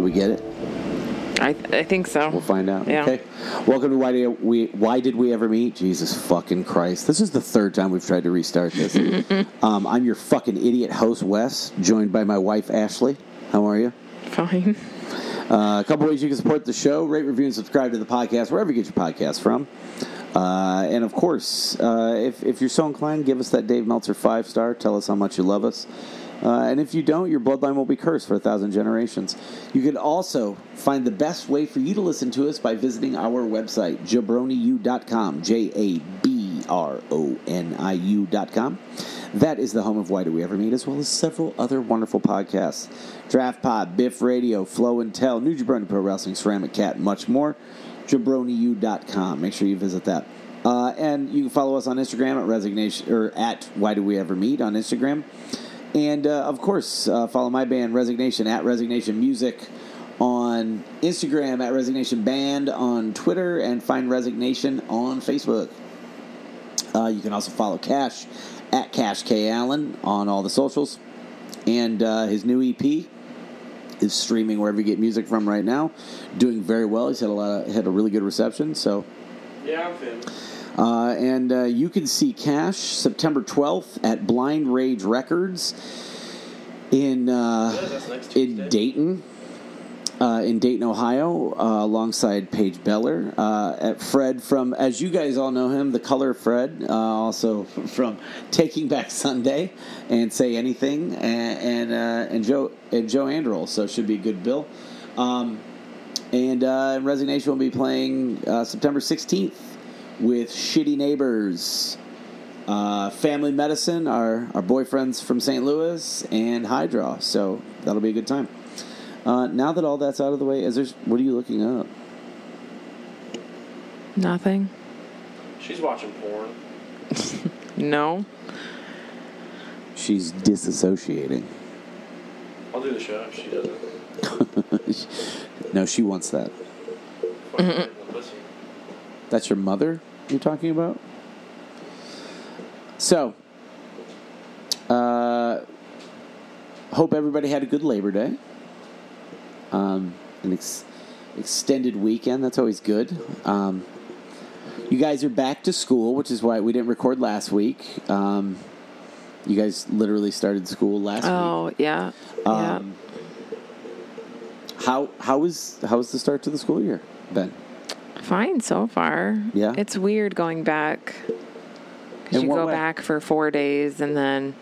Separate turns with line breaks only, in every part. we get it?
I, I think so.
We'll find out.
Yeah.
Okay. Welcome to why did we why did we ever meet? Jesus fucking Christ! This is the third time we've tried to restart this. um, I'm your fucking idiot host Wes, joined by my wife Ashley. How are you?
Fine.
Uh, a couple ways you can support the show: rate, review, and subscribe to the podcast wherever you get your podcasts from. Uh, and of course, uh, if if you're so inclined, give us that Dave Meltzer five star. Tell us how much you love us. Uh, and if you don't, your bloodline will be cursed for a thousand generations. You can also find the best way for you to listen to us by visiting our website, jabroniu.com, J A B E R O N I U.com. That is the home of Why Do We Ever Meet, as well as several other wonderful podcasts Draft Pod, Biff Radio, Flow and Tell, New Jabroni Pro Wrestling, Ceramic Cat, and much more. JabroniU.com. Make sure you visit that. Uh, and you can follow us on Instagram at resignation or at Why Do We Ever Meet on Instagram. And uh, of course, uh, follow my band Resignation at Resignation Music on Instagram at Resignation Band on Twitter and find Resignation on Facebook. Uh, you can also follow Cash at Cash K Allen on all the socials. And uh, his new EP is streaming wherever you get music from right now. Doing very well. He's had a lot of, had a really good reception. So
Yeah, I'm thin.
uh, and uh, you can see Cash September 12th at Blind Rage Records in
That is
uh,
us next Tuesday.
in Dayton, uh, in Dayton, Ohio, uh, alongside Paige Beller uh, at Fred from, as you guys all know him, the Color Fred, uh, also from Taking Back Sunday and Say Anything, and and, uh, and Joe and Joe Andrel, so it should be a good bill. Um, and uh, Resignation will be playing uh, September 16th with Shitty Neighbors, uh, Family Medicine, our, our boyfriends from St. Louis, and Hydra. So that'll be a good time. Uh, now that all that's out of the way, is there's what are you looking up?
Nothing.
She's watching porn.
No.
She's disassociating.
I'll do the show if she doesn't.
no, she wants that.
Fuck her in the pussy.
That's your mother you're talking about? So, uh, hope everybody had a good Labor Day. Um, an ex- extended weekend, that's always good. Um, you guys are back to school, which is why we didn't record last week. Um, you guys literally started school last
Oh yeah.
week. Um, How how was how was the start to the school year, Ben?
yeah. Fine so far.
Yeah?
It's weird going back
In
because you
what
go
way?
back for four days and then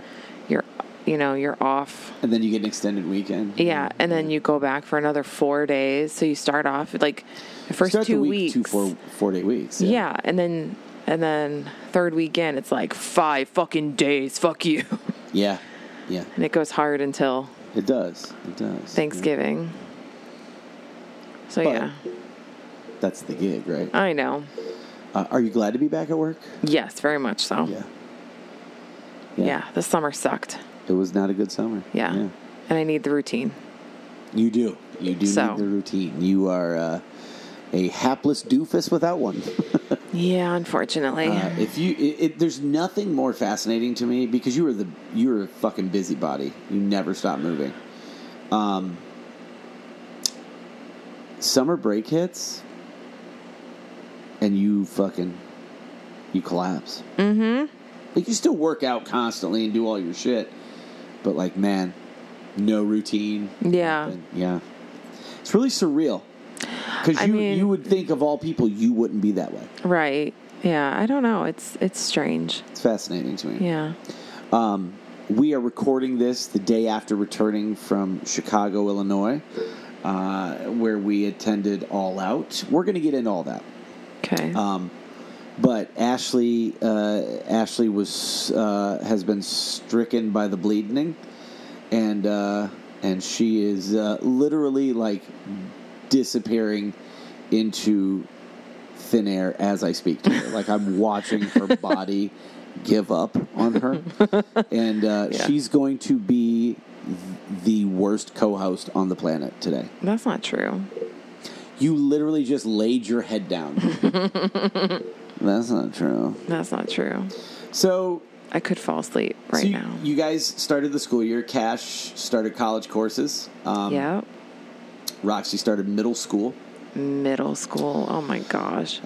you're you know you're off.
And then you get an extended weekend.
Yeah, and then you go back for another four days. So you start off like the first
Start
two
the week,
weeks.
two four four day weeks.
yeah. and then and then third weekend it's like five fucking days. Fuck you.
yeah, yeah.
And it goes hard until
It does. It does.
Thanksgiving. So
But-
yeah,
That's the gig, right?
I know.
Uh, are you glad to be back at work?
Yes, very much so. Yeah,
Yeah.
the summer sucked.
It was not a good summer.
Yeah. and I need the routine.
You do. You do
So.
need the routine. You are uh, a hapless doofus without one.
Yeah, unfortunately.
Uh, if you, it, it, there's nothing more fascinating to me because you were the you were a fucking busybody. You never stop moving. Um, summer break hits, and you fucking you collapse. Mm-hmm. Like you still work out constantly and do all your shit, but like man, no routine.
Yeah.
nothing. yeah. It's really surreal because
I
you
mean-
you would think of all people you wouldn't be that way.
right. Yeah, I don't know. It's it's strange.
It's fascinating to me.
Yeah.
Um, we are recording this the day after returning from Chicago, Illinois, uh, where we attended All Out. We're going to get into all that.
Okay.
Um, but Ashley, uh, Ashley was uh, has been stricken by the bleeding, and uh, and she is uh, literally like disappearing into thin air as I speak to her. like I'm watching her body give up on her, and uh,
Yeah.
she's going to be th- the worst co-host on the planet today.
That's not true.
You literally just laid your head down. That's not true.
That's not true.
So,
I could fall asleep
so
right
you,
now.
you guys started the school year. Cash started college courses. Um,
yeah.
Roxy started middle school.
Middle school. Oh my gosh.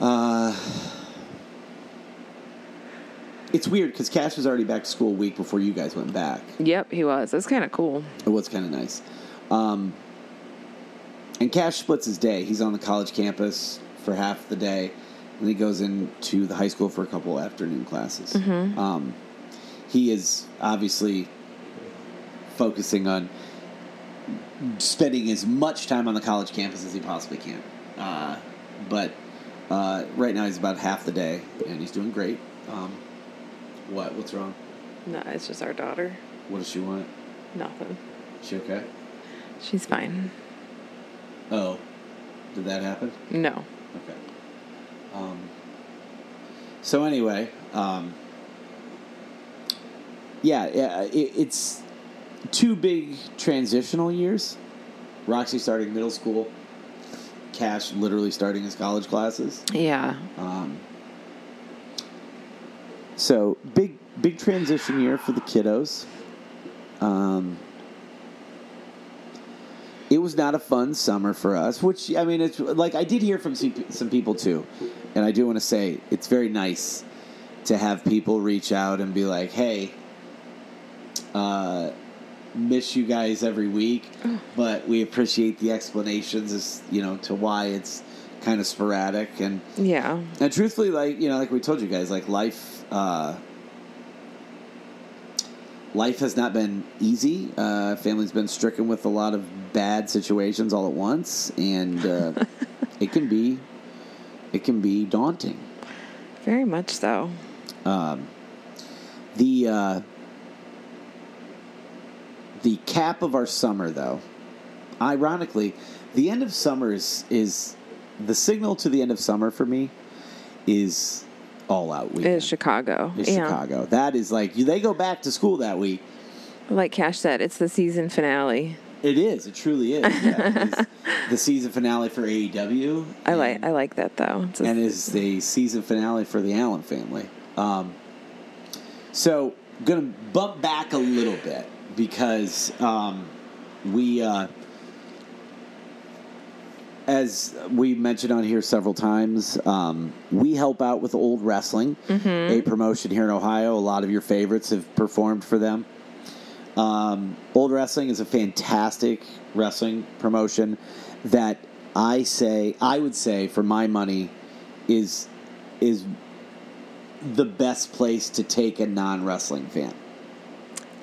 It's weird because Cash was already back to school a week before you guys went back.
yep, he was. That's kind of cool.
It was kind of nice. Um, and Cash splits his day. He's on the college campus for half the day, and he goes into the high school for a couple afternoon classes. Um, he is obviously focusing on spending as much time on the college campus as he possibly can. Uh, but uh, right now he's about half the day, and he's doing great. Um, what? What's wrong?
No, it's just our daughter.
What does she want?
Nothing.
Is she okay?
She's fine.
Oh, did that happen?
No.
Okay. Um, so anyway, um, yeah, yeah, it, it's two big transitional years. Roxy starting middle school, Cash literally starting his college classes.
Yeah.
Um, so big, big transition year for the kiddos. Um, it was not a fun summer for us, which I mean, it's like I did hear from some, some people too, and I do want to say it's very nice to have people reach out and be like, "Hey, uh, miss you guys every week, but we appreciate the explanations, as you know, to why it's kind of sporadic and."
Yeah.
And truthfully, like you know, like we told you guys, like life, uh, life has not been easy. Uh, family's been stricken with a lot of bad situations all at once, and uh, it can be, it can be daunting.
Very much so.
The uh, the cap of our summer, though, ironically, the end of summer is, is the signal to the end of summer for me is all out
It
weekend.
is Chicago.
is
yeah.
Chicago. That is like they go back to school that week.
Like Cash said, it's the season finale.
It is. It truly is. Yeah, it is the season finale for AEW.
I like I like that though. It's a-
and is the season finale for the Allen family. Um, so gonna bump back a little bit because um, we, uh, as we mentioned on here several times, um, we help out with Old Wrestling, a promotion here in Ohio. A lot of your favorites have performed for them. Um, Old Wrestling is a fantastic wrestling promotion that I say I would say for my money is is the best place to take a non wrestling fan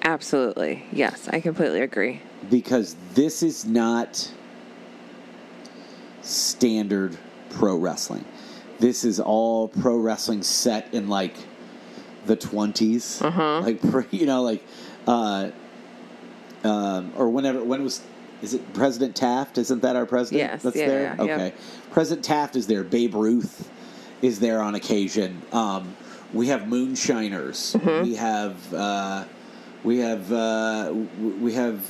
absolutely. Yes, I completely agree.
because this is not standard pro wrestling. This is all pro wrestling set in like the 20s
Uh-huh.
like pro- you know, like uh, um, or whenever when was is it President Taft? Isn't that our president?
Yes,
that's
yeah,
there.
yeah, yeah.
okay, President Taft is there. Babe Ruth is there on occasion. Um, we have moonshiners.
Mm-hmm.
We have uh, we have uh, w- we have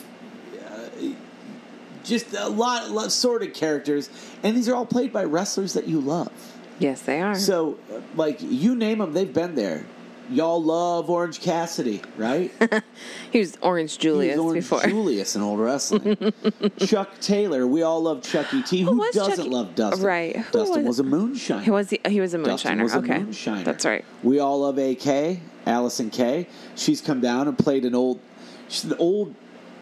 uh, just a lot, lot sort of characters, and these are all played by wrestlers that you love.
Yes, they are.
So, uh, like you name them, they've been there. Y'all love Orange Cassidy, right?
he was Orange
He
Julius
was Orange
before.
Julius in old wrestling. Chuck Taylor, we all love Chuck E. T. Who
was Chuck
doesn't
E-
love Dustin?
Right. Who
Dustin was,
was-
a moonshiner.
he was he was a
Dustin
moonshiner.
was
okay,
a moonshiner.
that's right.
We all love AK, Allison K. She's come down and played an old, she's an old,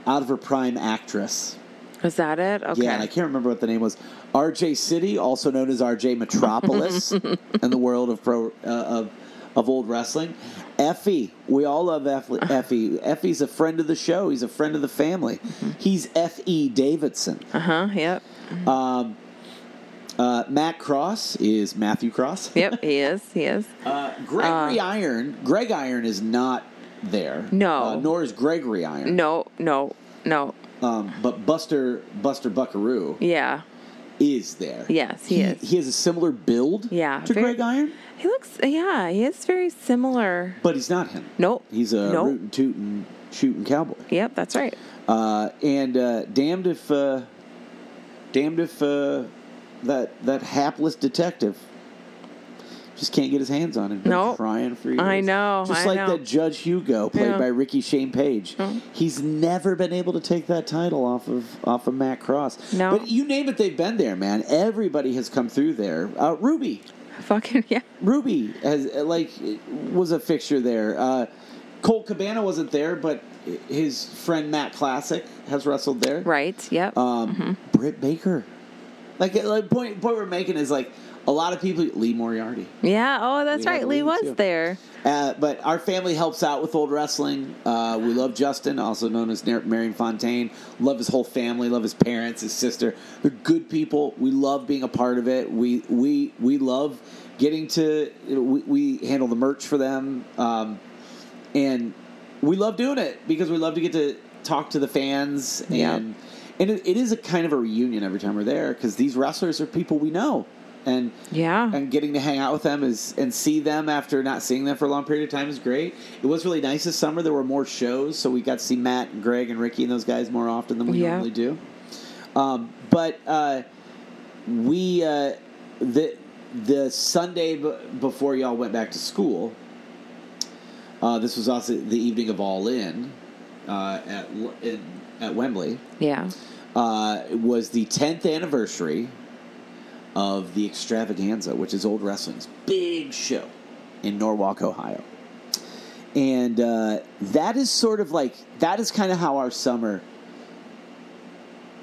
out of her prime actress.
Was that it? Okay.
Yeah, and I can't remember what the name was. RJ City, also known as RJ Metropolis, in the world of pro uh, of of old wrestling. Effie, we all love Eff- Effie. Effie's a friend of the show. He's a friend of the family. He's F. E. Davidson.
uh Mm-hmm. huh. Yep.
Uh, Matt Cross is Matthew Cross.
Yep. he is. He is.
Uh, Gregory Iron. Greg Iron is not there.
No.
Uh, nor is Gregory Iron.
No. No. No.
Um, but Buster Buster Buckaroo
Yeah.
is there.
Yes, he is.
He has a similar build.
Yeah,
To
very-
Greg Iron.
He looks. Yeah. He is very similar.
But he's not him.
Nope.
He's a
Nope.
rootin' tootin' shooting cowboy.
Yep. That's right.
Uh, and uh, damned if uh, damned if uh, that that hapless detective. Just can't get his hands on it.
Nope.
Trying for years.
I know,
Just
I
like
know.
that Judge Hugo played
Yeah.
by Ricky Shane Page. He's never been able to take that title off of off of Matt Cross.
No.
But you name it, they've been there, man. Everybody has come through there. Uh, Ruby.
Fucking yeah.
Ruby has uh, like was a fixture there. Uh, Cole Cabana wasn't there, but his friend Matt Classic has wrestled there.
Right. Yep.
Um, Britt Baker. Like, uh, like point point we're making is like a lot of people Lee Moriarty.
yeah. Oh, that's
we had
right. Lee
Lee,
was
too.
there.
Uh, but our family helps out with old wrestling. Uh, we love Justin, also known as Nar- Marion Fontaine. Love his whole family. Love his parents, his sister. They're good people. We love being a part of it. We we we love getting to. you know, We, we handle the merch for them, um, and we love doing it because we love to get to talk to the fans
Yeah.
and and it, it is a kind of a reunion every time we're there because these wrestlers are people we know and
Yeah.
and getting to hang out with them is and see them after not seeing them for a long period of time is great. It was really nice this summer. There were more shows, so we got to see Matt and Greg and Ricky and those guys more often than we
Yeah.
normally do. Um, but uh, we uh, the the Sunday b- before y'all went back to school. Uh, this was also the evening of All In uh, at L- in, at Wembley
yeah.
uh, was the 10th anniversary of the Extravaganza, which is old wrestling's big show in Norwalk, Ohio. And uh, that is sort of like, that is kind of how our summer,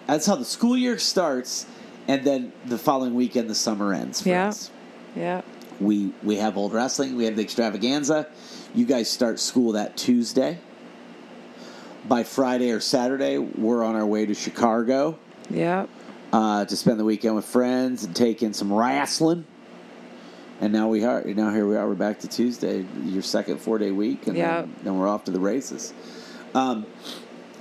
that's how the school year starts, and then the following weekend, the summer ends for
Yeah.
us.
Yeah.
We, we have old wrestling, we have the extravaganza. You guys start school that Tuesday. By Friday or Saturday, we're on our way to Chicago
Yeah.
uh, to spend the weekend with friends and take in some wrestling. And now we are now here we are. We're back to Tuesday, your second four day week, and then,
Yep.
then we're off to the races. Um,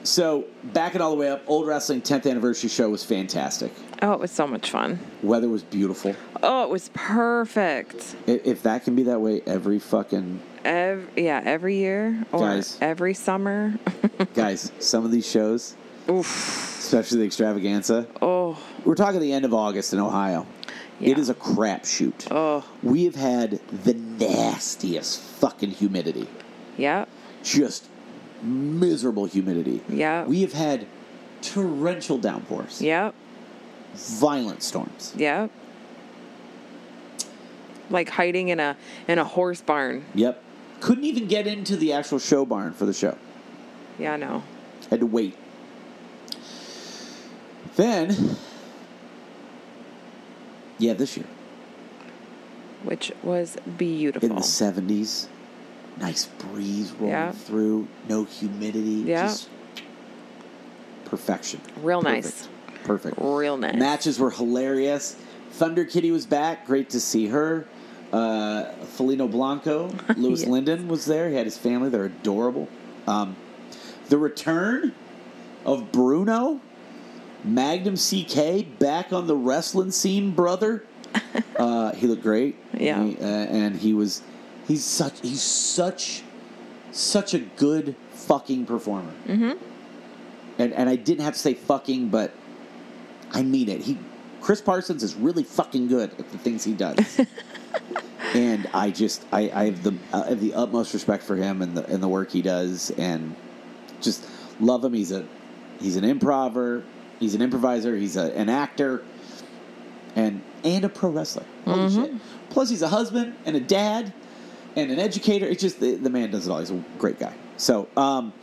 so back it all the way up. Old wrestling 10th anniversary show was fantastic.
Oh, it was so much fun.
Weather was beautiful.
Oh, it was perfect.
I- If that can be that way every fucking
Ev yeah, every year or
Guys.
every summer.
guys, some of these shows, especially the extravaganza,
oh,
we're talking the end of August in Ohio. It
Yeah.
is a crapshoot.
oh,
We have had the nastiest fucking humidity.
yeah,
Just miserable humidity.
Yeah.
We have had torrential downpours,
yeah,
violent storms.
yeah. Like hiding in a in a horse barn.
Yep. Couldn't even get into the actual show barn for the show.
Yeah, no.
Had to wait. Then, yeah, this year
Which was
in the
beautiful.
70s, nice breeze rolling
Oh. Yeah.
through, no humidity,
Yeah.
just perfection.
Real
Perfect.
nice.
Perfect.
Real nice.
Matches were hilarious. Thunder Kitty was back. Great to see her. Uh, Felino Blanco, Louis
Yes.
Linden was there. He had his family. They're adorable. Um, the return of Bruno, Magnum CK, back on the wrestling scene, brother. uh, he looked great.
Yeah.
He- uh, and he was, he's such, he's such, such a good fucking performer. Mm-hmm. And and I didn't have to say fucking, but I mean it. He Chris Parsons is really fucking good at the things he does. and I just I, I have the I have the utmost respect for him and the and the work he does and just love him. He's a he's an improver, he's an improviser, he's a, an actor and and a pro wrestler. Holy shit. Plus he's a husband and a dad and an educator. It's just the, the man does it all. He's a great guy. So um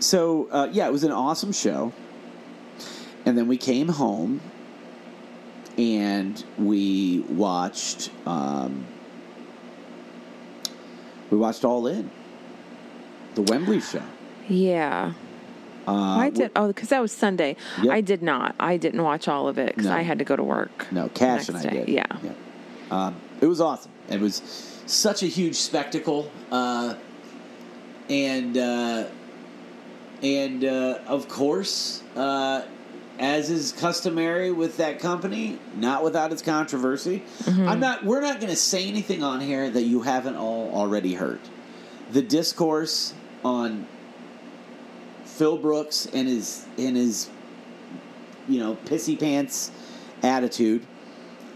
so uh, yeah, it was an awesome show. And then we came home and we watched um, we watched All In, the Wembley show.
yeah.
Uh,
I did. Oh, because that was Sunday.
Yep.
I did not. I didn't watch all of it because
No.
I had to go to work.
No, Cash
the
and I
next day.
did.
Yeah.
Um, it was awesome. It was such a huge spectacle, uh, and uh, and uh, of course, uh, as is customary with that company, not without its controversy.
Mm-hmm.
I'm not. We're not going to say anything on here that you haven't all already heard. The discourse on Phil Brooks and his and his you know pissy pants attitude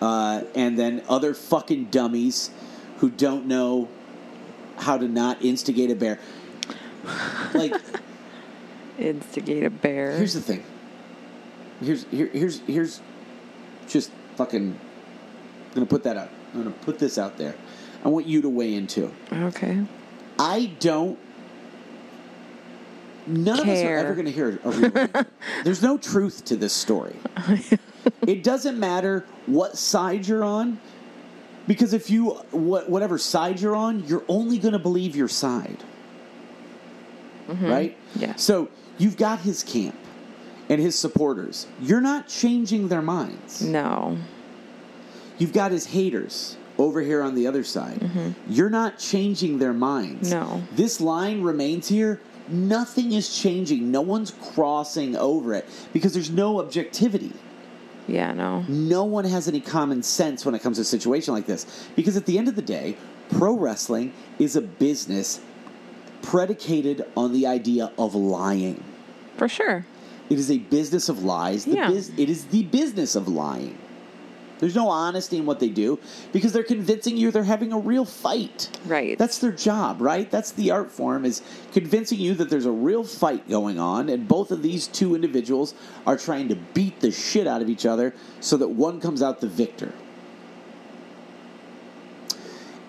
uh, and then other fucking dummies who don't know how to not instigate a bear. Like,
Instigate a bear.
here's the thing. Here's here, here's here's just fucking. I'm gonna put that out. I'm gonna put this out there. I want you to weigh in too.
okay.
I don't. None of us are
Care.
ever going to hear a real. There's no truth to this story. it doesn't matter what side you're on, because if you what whatever side you're on, you're only going to believe your side, right?
Mm-hmm. Yeah.
So you've got his camp and his supporters. You're not changing their minds.
No.
You've got his haters over here on the other side. You're not changing their minds.
No.
This line remains here. Nothing is changing. No one's crossing over it because there's no objectivity.
Yeah, no.
No one has any common sense when it comes to a situation like this. Because at the end of the day, pro wrestling is a business predicated on the idea of lying.
For sure.
It is a business of lies. The
Yeah.
bus- it is the business of lying. There's no honesty in what they do because they're convincing you they're having a real fight.
Right.
That's their job, right? That's the art form is convincing you that there's a real fight going on and both of these two individuals are trying to beat the shit out of each other so that one comes out the victor.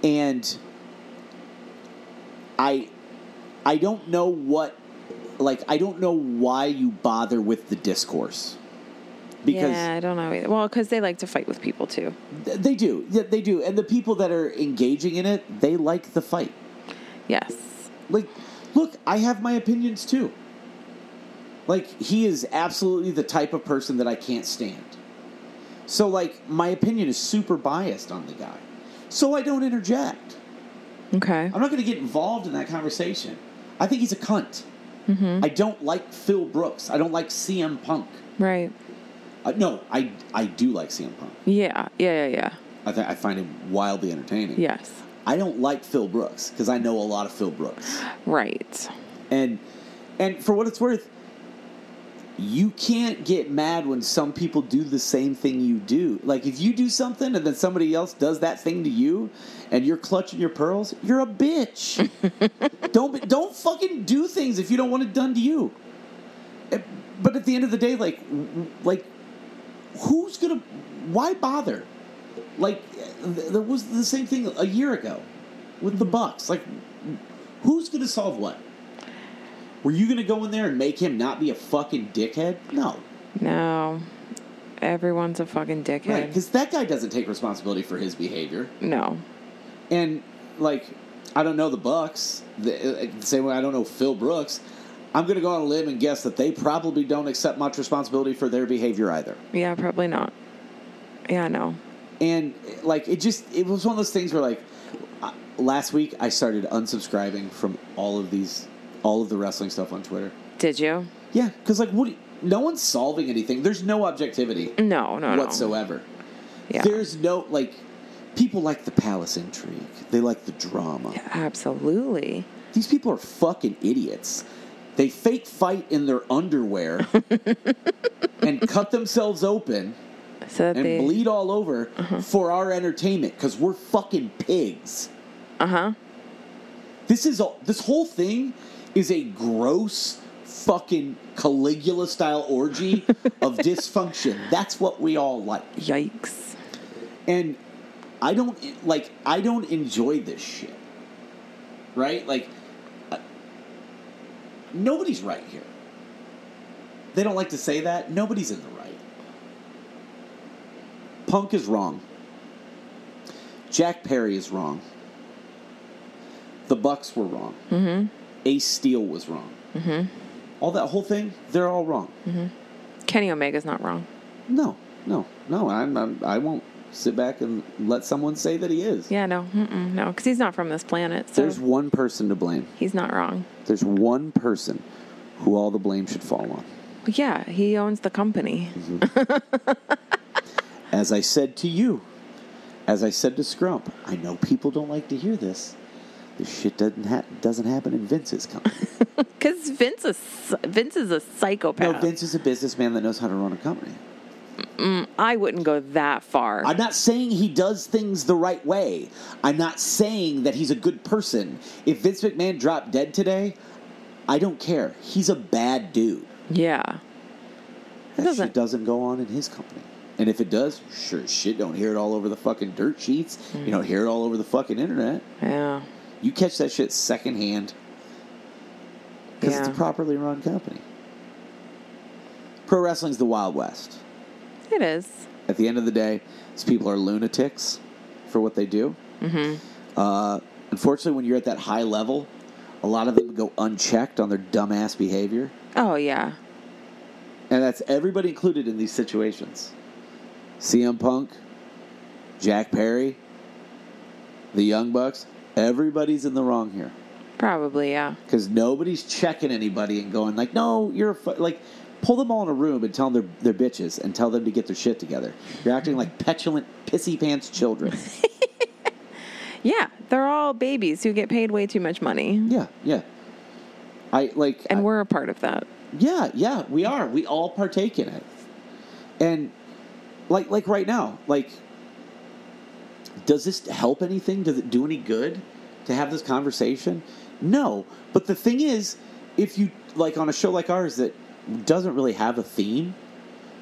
And I I don't know what like I don't know why you bother with the discourse. Because
yeah, I don't know either. Well, because they like to fight with people too.
th- they do. Yeah, they do. And the people that are engaging in it, they like the fight.
Yes.
Like, look, I have my opinions too. Like, he is absolutely the type of person that I can't stand. So, like, my opinion is super biased on the guy. So I don't interject.
Okay.
I'm not going to get involved in that conversation. I think he's a cunt. I don't like Phil Brooks. I don't like CM Punk.
Right.
Uh, no, I, I do like CM Punk.
Yeah. Yeah. Yeah. Yeah.
I, th- I find him wildly entertaining.
Yes.
I don't like Phil Brooks because I know a lot of Phil Brooks.
Right.
And and for what it's worth, you can't get mad when some people do the same thing you do. Like if you do something and then somebody else does that thing to you and you're clutching your pearls, you're a bitch. don't be- don't fucking do things if you don't want it done to you. Eh, But at the end of the day, like w- w- like who's going to why bother? Like eh, th- there was the same thing a year ago with the Bucks. Like who's going to solve what? Were you going to go in there and make him not be a fucking dickhead? No.
No. Everyone's a fucking
Right.
dickhead.
Because that guy doesn't take responsibility for his behavior.
no.
And, like, I don't know the Bucks. The, uh, the same way I don't know Phil Brooks. I'm going to go on a limb and guess that they probably don't accept much responsibility for their behavior either.
Yeah, probably not. Yeah, no.
And, like, it just, it was one of those things where, like, I- last week I started unsubscribing from all of these, all of the wrestling stuff on Twitter.
Did you?
Yeah. Because, like, what, do you- no one's solving anything. There's no objectivity
No, no, no.
whatsoever.
Yeah.
There's no like people like the palace intrigue. They like the drama.
Absolutely.
These people are fucking idiots. They fake fight in their underwear and cut themselves open
So that
and
they. Uh-huh.
bleed all over for our entertainment because we're fucking pigs.
Uh huh.
This is all, this whole thing is a gross fucking Caligula style orgy of dysfunction. That's what we all like.
Yikes.
and I don't like I don't enjoy this shit. Right? Like I- nobody's right here. They don't like to say that. Nobody's in the right. Punk is wrong. Jack Perry is wrong. The Bucks were wrong. Mm-hmm. Ace Steel was wrong. Mm-hmm. All that whole thing, they're all wrong.
Kenny Omega's not wrong.
No, no, no. I'm, I'm I won't sit back and let someone say that he is.
Yeah, no. Mm-mm, no, because he's not from this planet. So
There's one person to blame.
he's not wrong.
There's one person who all the blame should fall on.
But yeah, he owns the company.
As I said to you, as I said to Scrump, I know people don't like to hear this. This shit doesn't ha- doesn't happen in Vince's company.
Because Vince is Vince is a
no,
psychopath.
Vince is a businessman that knows how to run a company.
I wouldn't go that far.
I'm not saying he does things the right way. I'm not saying that he's a good person. If Vince McMahon dropped dead today, I don't care. He's a bad dude.
yeah.
That
doesn't-
shit doesn't go on in his company. And if it does, sure as shit, don't hear it all over the fucking dirt sheets. You
Mm.
don't hear it all over the fucking internet.
Yeah.
You catch that shit secondhand because it's a
Yeah.
properly run company. Pro wrestling's the Wild West.
It is.
At the end of the day, these people are lunatics for what they do. Mm-hmm. Uh, unfortunately, when you're at that high level, a lot of them go unchecked on their dumbass behavior.
Oh yeah.
And that's everybody included in these situations. CM Punk, Jack Perry, the Young Bucks, everybody's in the wrong here.
Probably yeah.
Because nobody's checking anybody and going, like, no, you're a fu-. like, pull them all in a room and tell them they're, they're bitches and tell them to get their shit together. You're acting like petulant, pissy pants children.
Yeah. They're all babies who get paid way too much money,
yeah, yeah. I like,
and
I-
we're a part of that.
Yeah, yeah, we are. We all partake in it. And like like right now, like does this help anything? Does it do any good to have this conversation? No. But the thing is, if you like on a show like ours that doesn't really have a theme,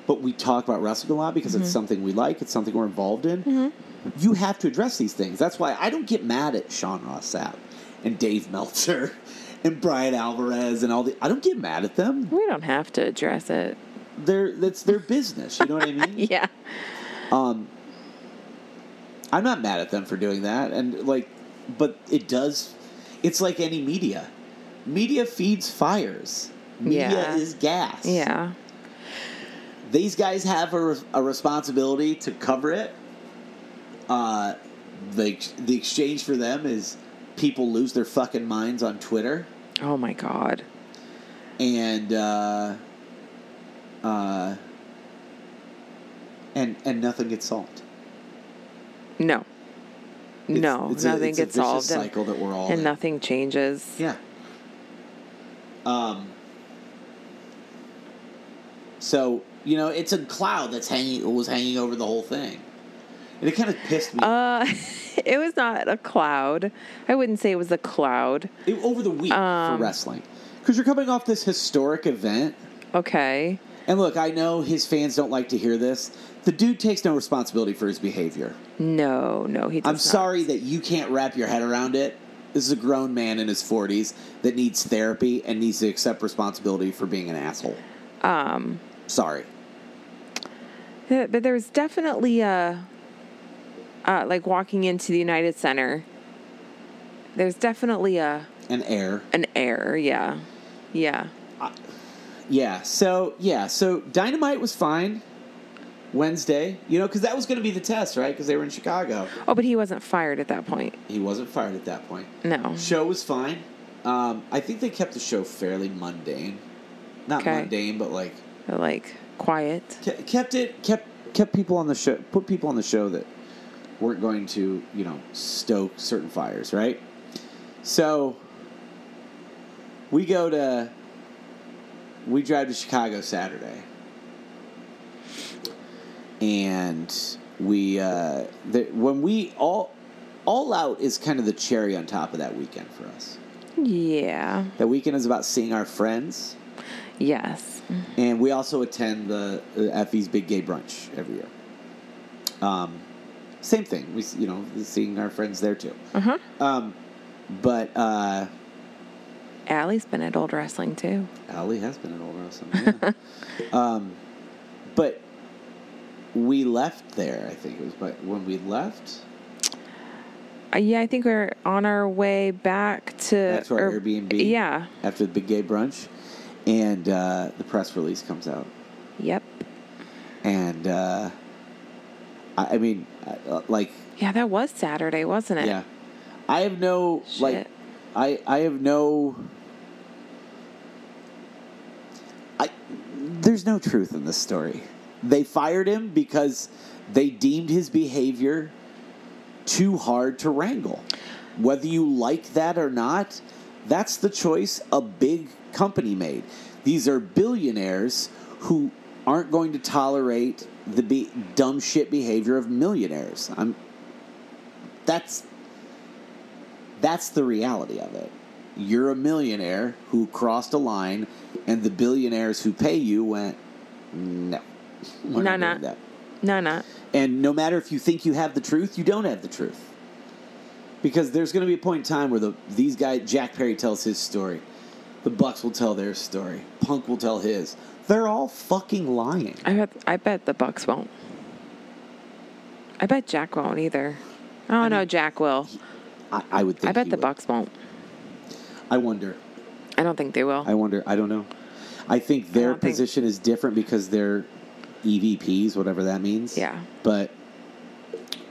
but we talk about wrestling a lot because it's something we like, it's something we're involved in. You have to address these things. That's why I don't get mad at Sean Ross Sapp and Dave Meltzer and Brian Alvarez and all the. I don't get mad at them.
We don't have to address it.
They're that's their business. You know what I mean?
Yeah.
Um, I'm not mad at them for doing that, and like, but it does. It's like any media. Media feeds fires. Media
Yeah.
is gas.
Yeah.
These guys have a, a responsibility to cover it. Uh, the the exchange for them is people lose their fucking minds on Twitter.
Oh my god.
and uh, uh, and and nothing gets solved.
No.
It's-
no.
it's a-
nothing
it's a
gets
vicious
solved. and-
Cycle that we're all
and
in.
nothing changes.
Yeah. Um. So you know, it's a cloud that's hanging was hanging over the whole thing, and it kind of pissed me
Uh, it was not a cloud. I wouldn't say it was a cloud.
it, over the week
um,
for wrestling because you're coming off this historic event.
Okay.
And look, I know his fans don't like to hear this. The dude takes no responsibility for his behavior.
No, no, he. Does
I'm
not.
sorry that you can't wrap your head around it. This is a grown man in his 40s that needs therapy and needs to accept responsibility for being an asshole.
Um,
Sorry.
th- but there was definitely a, uh, like walking into the United Center. There's definitely a
An air.
an air. Yeah, yeah.
Yeah. So, yeah. So, Dynamite was fine Wednesday, you know, because that was going to be the test, right? Because they were in Chicago.
Oh, but he wasn't fired at that point.
He wasn't fired at that point.
No.
Show was fine. Um, I think they kept the show fairly mundane. Not
Okay.
mundane, but like
But, like quiet.
Ke- kept it kept kept people on the show put people on the show that weren't going to you know stoke certain fires right so we go to we drive to chicago saturday and we uh the, when we all all out is kind of the cherry on top of that weekend for us
Yeah.
that weekend is about seeing our friends
Yes.
and we also attend the uh, Effie's Big Gay Brunch every year. Um, same thing. We, s- you know, seeing our friends there too.
Uh huh.
Um, but uh,
Allie's been at old wrestling too.
Allie has been an old wrestling. Yeah. um, but we left there. I think it was. But when we left,
Uh, yeah, I think we're on our way back to.
Back to our Airbnb?
Yeah.
after the Big Gay Brunch, and uh, the press release comes out,
Yep.
and uh, I, I mean, I- uh, like.
Yeah, that was Saturday, wasn't it?
Yeah. I have no like
Shit.
I I have no I there's no truth in this story. They fired him because they deemed his behavior too hard to wrangle. Whether you like that or not, that's the choice a big company made. These are billionaires who aren't going to tolerate the be- dumb shit behavior of millionaires. I'm that's that's the reality of it. You're a millionaire who crossed a line, and the billionaires who pay you went, no, we're
No,
not
no.
doing that.
No, not.
And no matter if you think you have the truth, you don't have the truth. Because there's going to be a point in time where the these guys, Jack Perry tells his story, the Bucks will tell their story, Punk will tell his. They're all fucking lying.
I bet. I bet the Bucks won't. I bet Jack won't either. Oh no, Jack will.
I, I would think.
I bet
he
the
would.
Bucks won't.
I wonder.
I don't think they will.
I wonder. I don't know. I think their
don't think-
position is different because they're EVPs, whatever that means.
Yeah.
But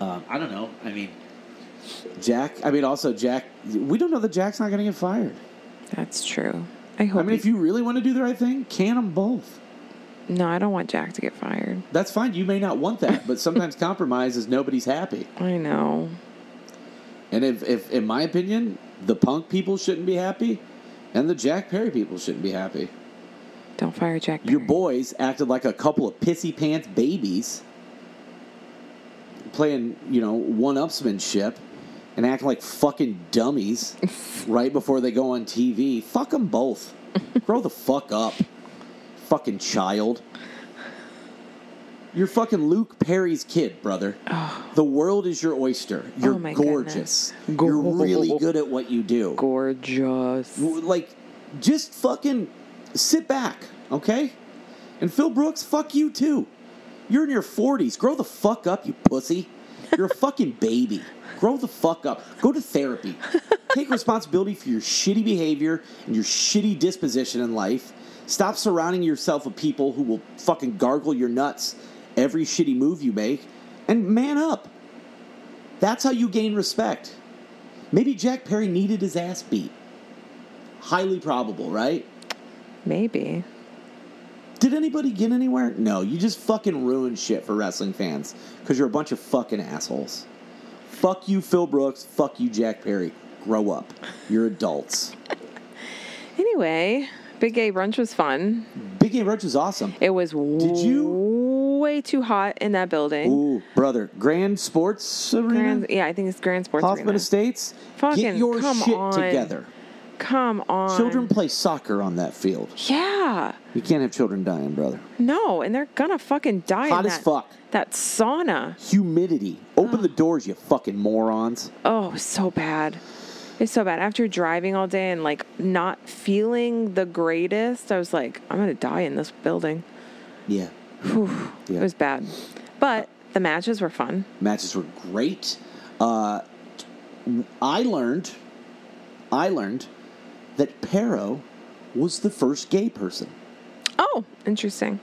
um, I don't know. I mean, Jack. I mean, also Jack. We don't know that Jack's not going to get fired.
That's true. I hope.
I mean,
he-
if you really want to do the right thing, can them both.
no, I don't want Jack to get fired.
That's fine. You may not want that, but sometimes compromise is nobody's happy.
I know.
And if, if, in my opinion, the punk people shouldn't be happy, and the Jack Perry people shouldn't be happy.
Don't fire Jack.
Your
Perry.
boys acted like a couple of pissy pants babies, playing you know one upsmanship, and acting like fucking dummies right before they go on TV. Fuck them both. Grow the fuck up, fucking child. You're fucking Luke Perry's kid, brother. The world is your oyster. You're
Oh my
gorgeous.
goodness.
You're really good at what you do
gorgeous.
like just fucking sit back okay and phil brooks fuck you too you're in your 40s grow the fuck up you pussy you're a fucking baby grow the fuck up go to therapy take responsibility for your shitty behavior and your shitty disposition in life stop surrounding yourself with people who will fucking gargle your nuts every shitty move you make and man up that's how you gain respect maybe jack perry needed his ass beat highly probable, right?
Maybe.
Did anybody get anywhere? No, you just fucking ruined shit for wrestling fans because you're a bunch of fucking assholes. Fuck you, Phil Brooks. Fuck you, Jack Perry. Grow up. You're adults.
Anyway, Big Gay Brunch was fun.
Big Game Roach is awesome.
It was Did
you-
way too hot in that building.
Ooh, brother. Grand Sports Arena?
Grand, yeah, I think it's Grand Sports
Hoffman
Arena.
Estates? Get
Fucking
your
come
shit
on.
together.
Come on.
Children play soccer on that field.
Yeah.
You can't have children dying, brother.
No, and they're gonna fucking die.
Hot
in
as
that,
fuck.
That sauna.
Humidity. Open the doors, you fucking morons.
Oh, it was so bad. It's so bad. After driving all day and like not feeling the greatest, I was like, I'm gonna die in this building.
Yeah. Yeah.
It was bad. But the matches were fun.
matches were great. Uh, I learned, I learned that Pero was the first gay person.
Oh, interesting.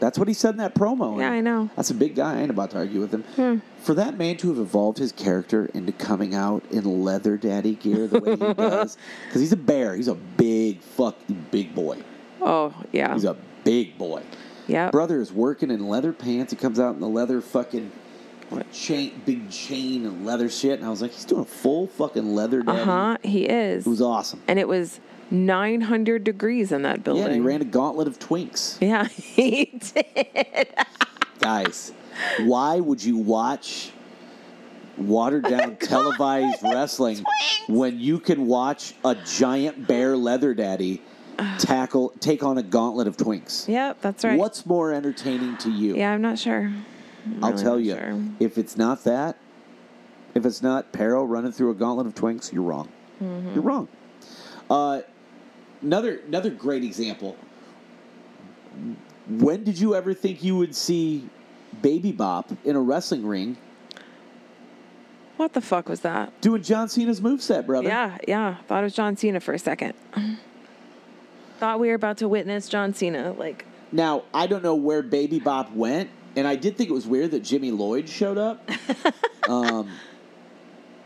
That's what he said in that promo. and
Yeah, I know. Hmm.
That's a big guy. I ain't about to argue with him. For that man to have evolved his character into coming out in leather daddy gear the way he does, because he's a bear. He's a big fuck, big boy.
Oh, yeah.
He's a big boy.
yeah.
Brother is working in leather pants. He comes out in the leather fucking chain, big chain and leather shit. And I was like, he's doing a full fucking leather daddy.
Uh huh. He is.
It was awesome.
and it was 900 degrees in that building.
Yeah, and he ran a gauntlet of twinks.
Yeah, he did.
Guys, why would you watch watered down televised wrestling when you can watch a giant bear leather daddy tackle take on a gauntlet of twinks?
Yep, that's right.
What's more entertaining to you?
Yeah, I'm not sure. I'm
I'll
really
tell
not
you,
sure.
if it's not that, if it's not Perro running through a gauntlet of twinks, you're wrong.
Mm-hmm.
You're wrong. Uh, another another great example. When did you ever think you would see Baby Bop in a wrestling ring
What the fuck was that?
doing John Cena's moveset, brother?
Yeah, yeah. Thought it was John Cena for a second. Thought we were about to witness John Cena. Like,
Now I don't know where Baby Bop went, and I did think it was weird that Jimmy Lloyd showed up, um,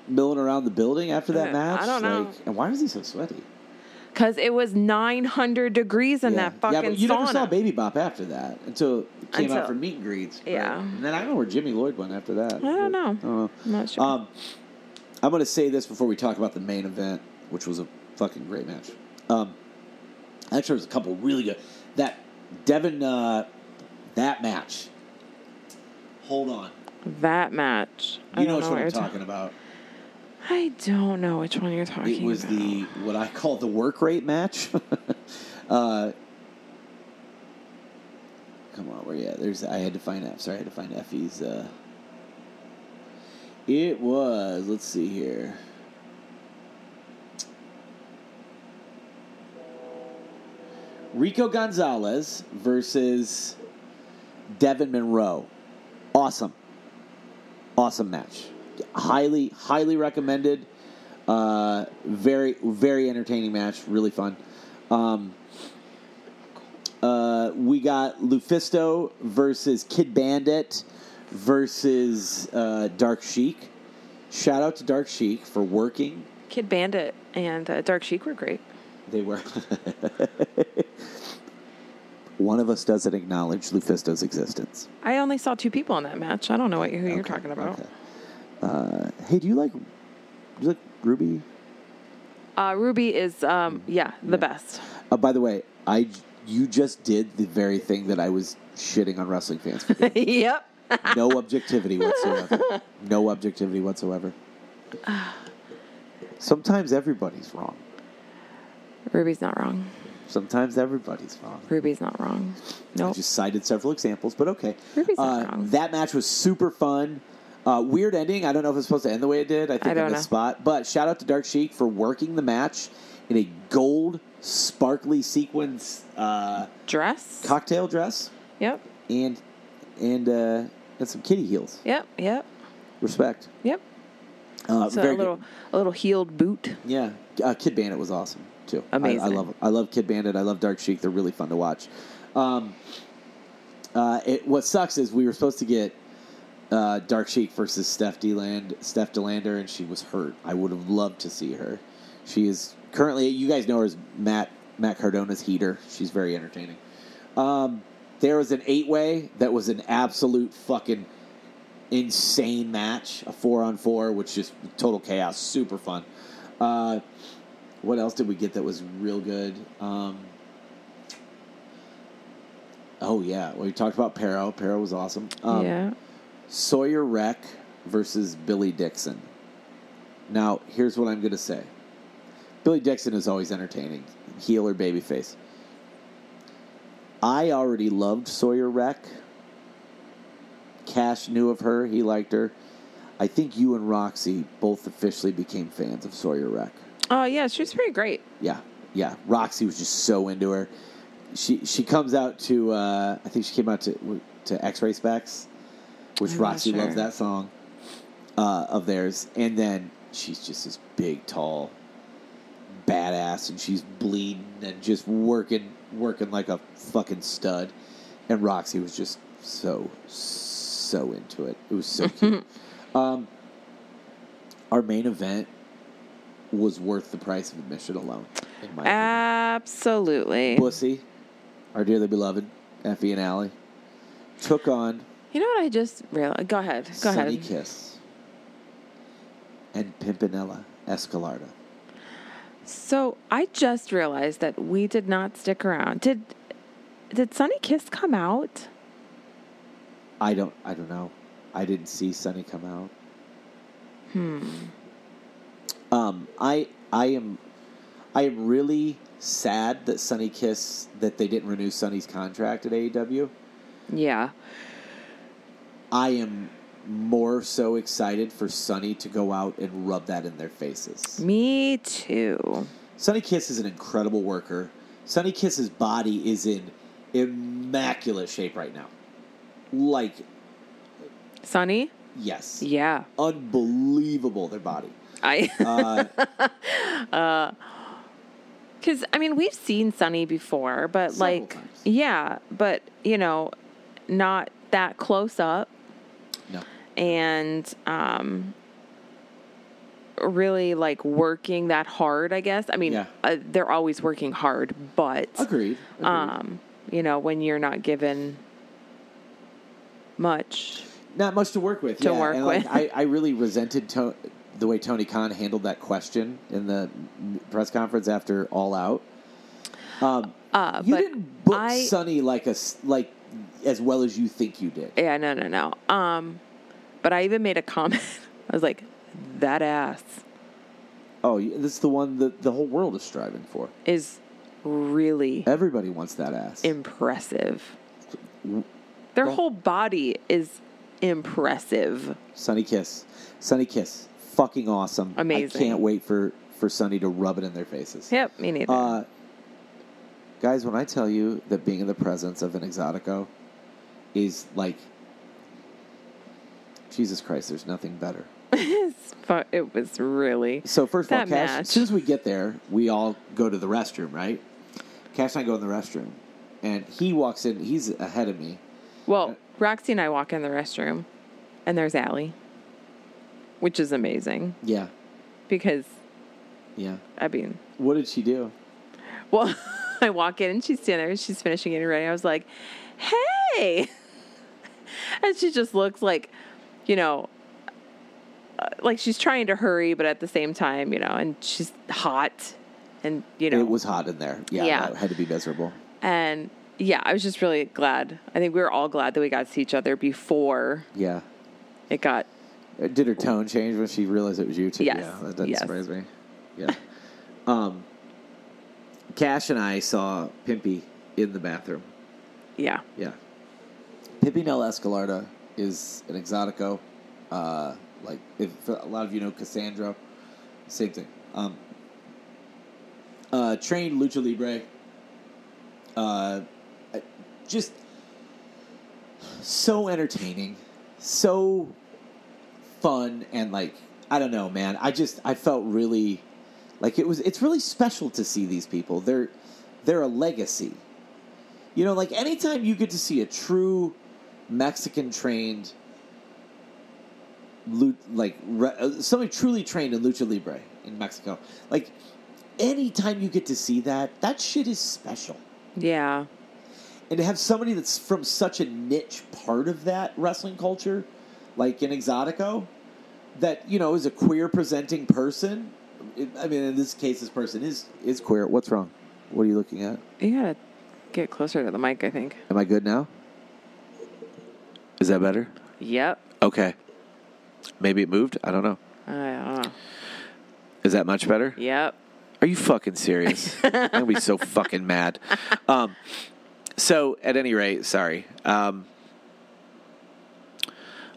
milling around the building after that
I
match.
don't know.
Like, and why was he so sweaty?
because it was 900 degrees in
Yeah.
that fucking
Yeah, but you
sauna.
never saw Baby Bop after that until it came out
Until-
for meet and greets. but-
Yeah.
And then I don't know where Jimmy Lloyd went after that. I
don't know.
I don't know.
I'm not sure.
Um, I'm going to say this before we talk about the main event, which was a fucking great match. Um, actually, there was a couple really good. That Devin uh, That match. Hold on.
That match. I
You know
don't know
what I'm
you're ta-
talking about.
I don't know which one you're talking
It was
about.
the what I call the work rate match. uh, come on, where yeah, there's I had to find F. Sorry, I had to find Effie's. Uh, it was. Let's see here. Rico Gonzalez versus Devin Monroe. Awesome. Awesome match. Highly, highly recommended. Uh, very, very entertaining match. Really fun. Um, uh, we got Lufisto versus Kid Bandit versus uh, Dark Sheik. Shout out to Dark Sheik for working.
Kid Bandit and uh, Dark Sheik were great.
They were. One of us doesn't acknowledge Lufisto's existence.
I only saw two people in that match. I don't know what who you're
Okay,
talking about.
okay. Uh, hey, do you like do you like Ruby?
Uh, Ruby is, um, yeah, the best.
Uh, by the way, I you just did the very thing that I was shitting on wrestling fans. For. doing.
yep.
no objectivity whatsoever. No objectivity whatsoever. Sometimes everybody's wrong.
Ruby's not wrong.
Sometimes everybody's wrong.
Ruby's not wrong.
I
Nope.
just cited several examples, but okay.
Ruby's not
Uh,
wrong.
that match was super fun. Uh, weird ending. I don't know if it's supposed to end the way it did. I think I,
don't
missed
know.
spot. But shout out to Dark Sheik for working the match in a gold, sparkly sequins uh,
Dress.
cocktail dress
Yep.
and and uh, and some kitty heels.
Yep. Yep.
Respect.
Yep.
Uh,
So
very
a little, a little heeled boot.
good. Yeah, uh, Kid Bandit was awesome too. I- I,
Amazing.
love I love Kid Bandit. I love Dark Sheik. They're really fun to watch. Um, uh, it, what sucks is we were supposed to get uh, Dark Sheik versus Steph Deland, Steph Delander, and she was hurt. I would have loved to see her. She is currently, you guys know her as Matt Matt Cardona's heater. She's very entertaining. Um, there was an eight way that was an absolute fucking insane match, a four on four, which just total chaos, super fun. Uh, what else did we get that was real good? Um, oh yeah, we talked about Pero. Pero was awesome. Um,
yeah.
Sawyer Wreck versus Billy Dixon. Now, here's what I'm going to say Billy Dixon is always entertaining, heel or babyface. I already loved Sawyer Wreck. Cash knew of her, he liked her. I think you and Roxy both officially became fans of Sawyer Wreck.
Oh yeah, she was pretty great.
Yeah, yeah. Roxy was just so into her. She she comes out to uh, I think she came out to to X Ray Specs, which
I'm not
Roxy
sure.
loves that song uh, of theirs. And then she's just this big, tall, badass, and she's bleeding and just working working like a fucking stud. And Roxy was just so so into it. It was so cute. um, our main event was worth the price of admission alone. In my opinion.
Uh, Absolutely.
Bussy, our dearly beloved Effie and Allie, took on
You know what I just realized? Go ahead. Go
Sunny
ahead.
Kiss and Pimpinella Escalarda.
So I just realized that we did not stick around. Did did Sunny Kiss come out?
I don't, I don't know. I didn't see Sunny come out. Hmm. Um, I, I am, I am really sad that Sunny Kiss that they didn't renew Sunny's contract at E AEW.
Yeah.
I am more so excited for Sunny to go out and rub that in their faces.
Me too.
Sunny Kiss is an incredible worker. Sunny Kiss's body is in immaculate shape right now. Like,
Sunny?
yes.
Yeah.
Unbelievable, their body.
I
Uh,
Because I mean, we've seen Sunny before, but
Several
like,
times.
yeah, but you know, not that close up,
no.
and um, really like working that hard. I guess. I mean,
Yeah.
uh, they're always working hard, but
Agreed. agreed.
um, you know, when you're not given much,
Not much to work with.
to
yeah.
work
and, like,
with.
I, I really resented to- the way Tony Khan handled that question in the m- press conference after All Out. Um,
uh,
you
but
didn't book
I-
Sunny like a s- like as well as you think you did.
Yeah, no, no, no. Um, but I even made a comment. I was like, "That ass
Oh, y- this is the one that the whole world is striving for.
is really
Everybody wants that ass.
impressive. Their whole body is impressive."
Sunny Kiss. Sunny Kiss. Fucking awesome.
Amazing.
I can't wait for, for Sunny to rub it in their faces.
Yep, me neither.
Uh, guys, when I tell you that being in the presence of an exotico is like Jesus Christ, there's nothing better.
It's fu- it was really
So first of all,
That
Cash,
match.
as soon as we get there, we all go to the restroom, right? Cash and I go in the restroom, and he walks in. He's ahead of me.
well. Roxy and I walk in the restroom, and there's Allie, which is amazing
Yeah,
because
yeah.
I mean,
What did she do?
well, I walk in and she's standing there and she's finishing getting ready. I was like, "Hey," and she just looks like, you know, uh, like she's trying to hurry, but at the same time, you know, and she's hot, and you know,
It was hot in there. Yeah,
Yeah.
that had to be miserable.
and yeah, I was just really glad. I think we were all glad that we got to see each other before
Yeah.
it got
Uh, Did her tone change when she realized it was you two?
Yes.
Yeah, that doesn't
Yes.
surprise me. Yeah. um, Cash and I saw Pimpy in the bathroom.
yeah
Yeah. Pimpinel Escalarda is an exotico. Uh, like if a lot of you know Cassandra, same thing. Um, uh, trained lucha libre. Uh, I- just so entertaining, so fun, and like I don't know, man. I just I felt really like it was. It's really special to see these people. They're they're a legacy. You know, like anytime you get to see a true Mexican trained, lu- like re- uh, somebody truly trained in lucha libre in Mexico, like anytime you get to see that, that shit is special.
yeah
And to have somebody that's from such a niche part of that wrestling culture, like in Exotico, that you know is a queer presenting person. It, I mean, in this case, this person is is queer. What's wrong? What are you looking at?
you gotta get closer to the mic i think
Am I good now? Is that better?
yep
Okay. Maybe it moved. I don't know.
I don't know.
Is that much better?
yep
Are you fucking serious? I'm gonna be so fucking mad. Um, so at any rate, sorry. Um,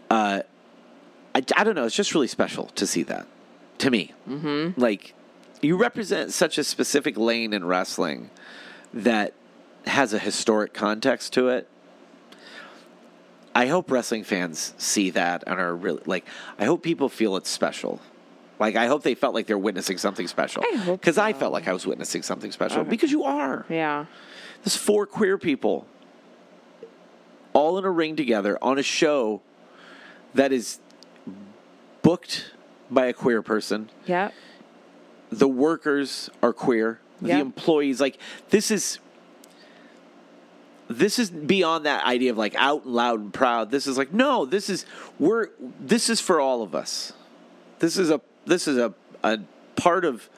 uh, I, I don't know. It's just really special to see that to me. Mm-hmm. Like you represent such a specific lane in wrestling that has a historic context to it. I hope wrestling fans see that and are really like. I hope people feel it's special. Like I hope they felt like they're witnessing something special.
I hope
because I
so. Uh-huh.
felt like I was witnessing something special because you are.
yeah
There's four queer people all in a ring together on a show that is booked by a queer person.
yep
The workers are queer. The
Yeah.
employees like this is this is beyond that idea of like out and loud and proud. This is like no, this is we're this is for all of us. This is a this is a a part of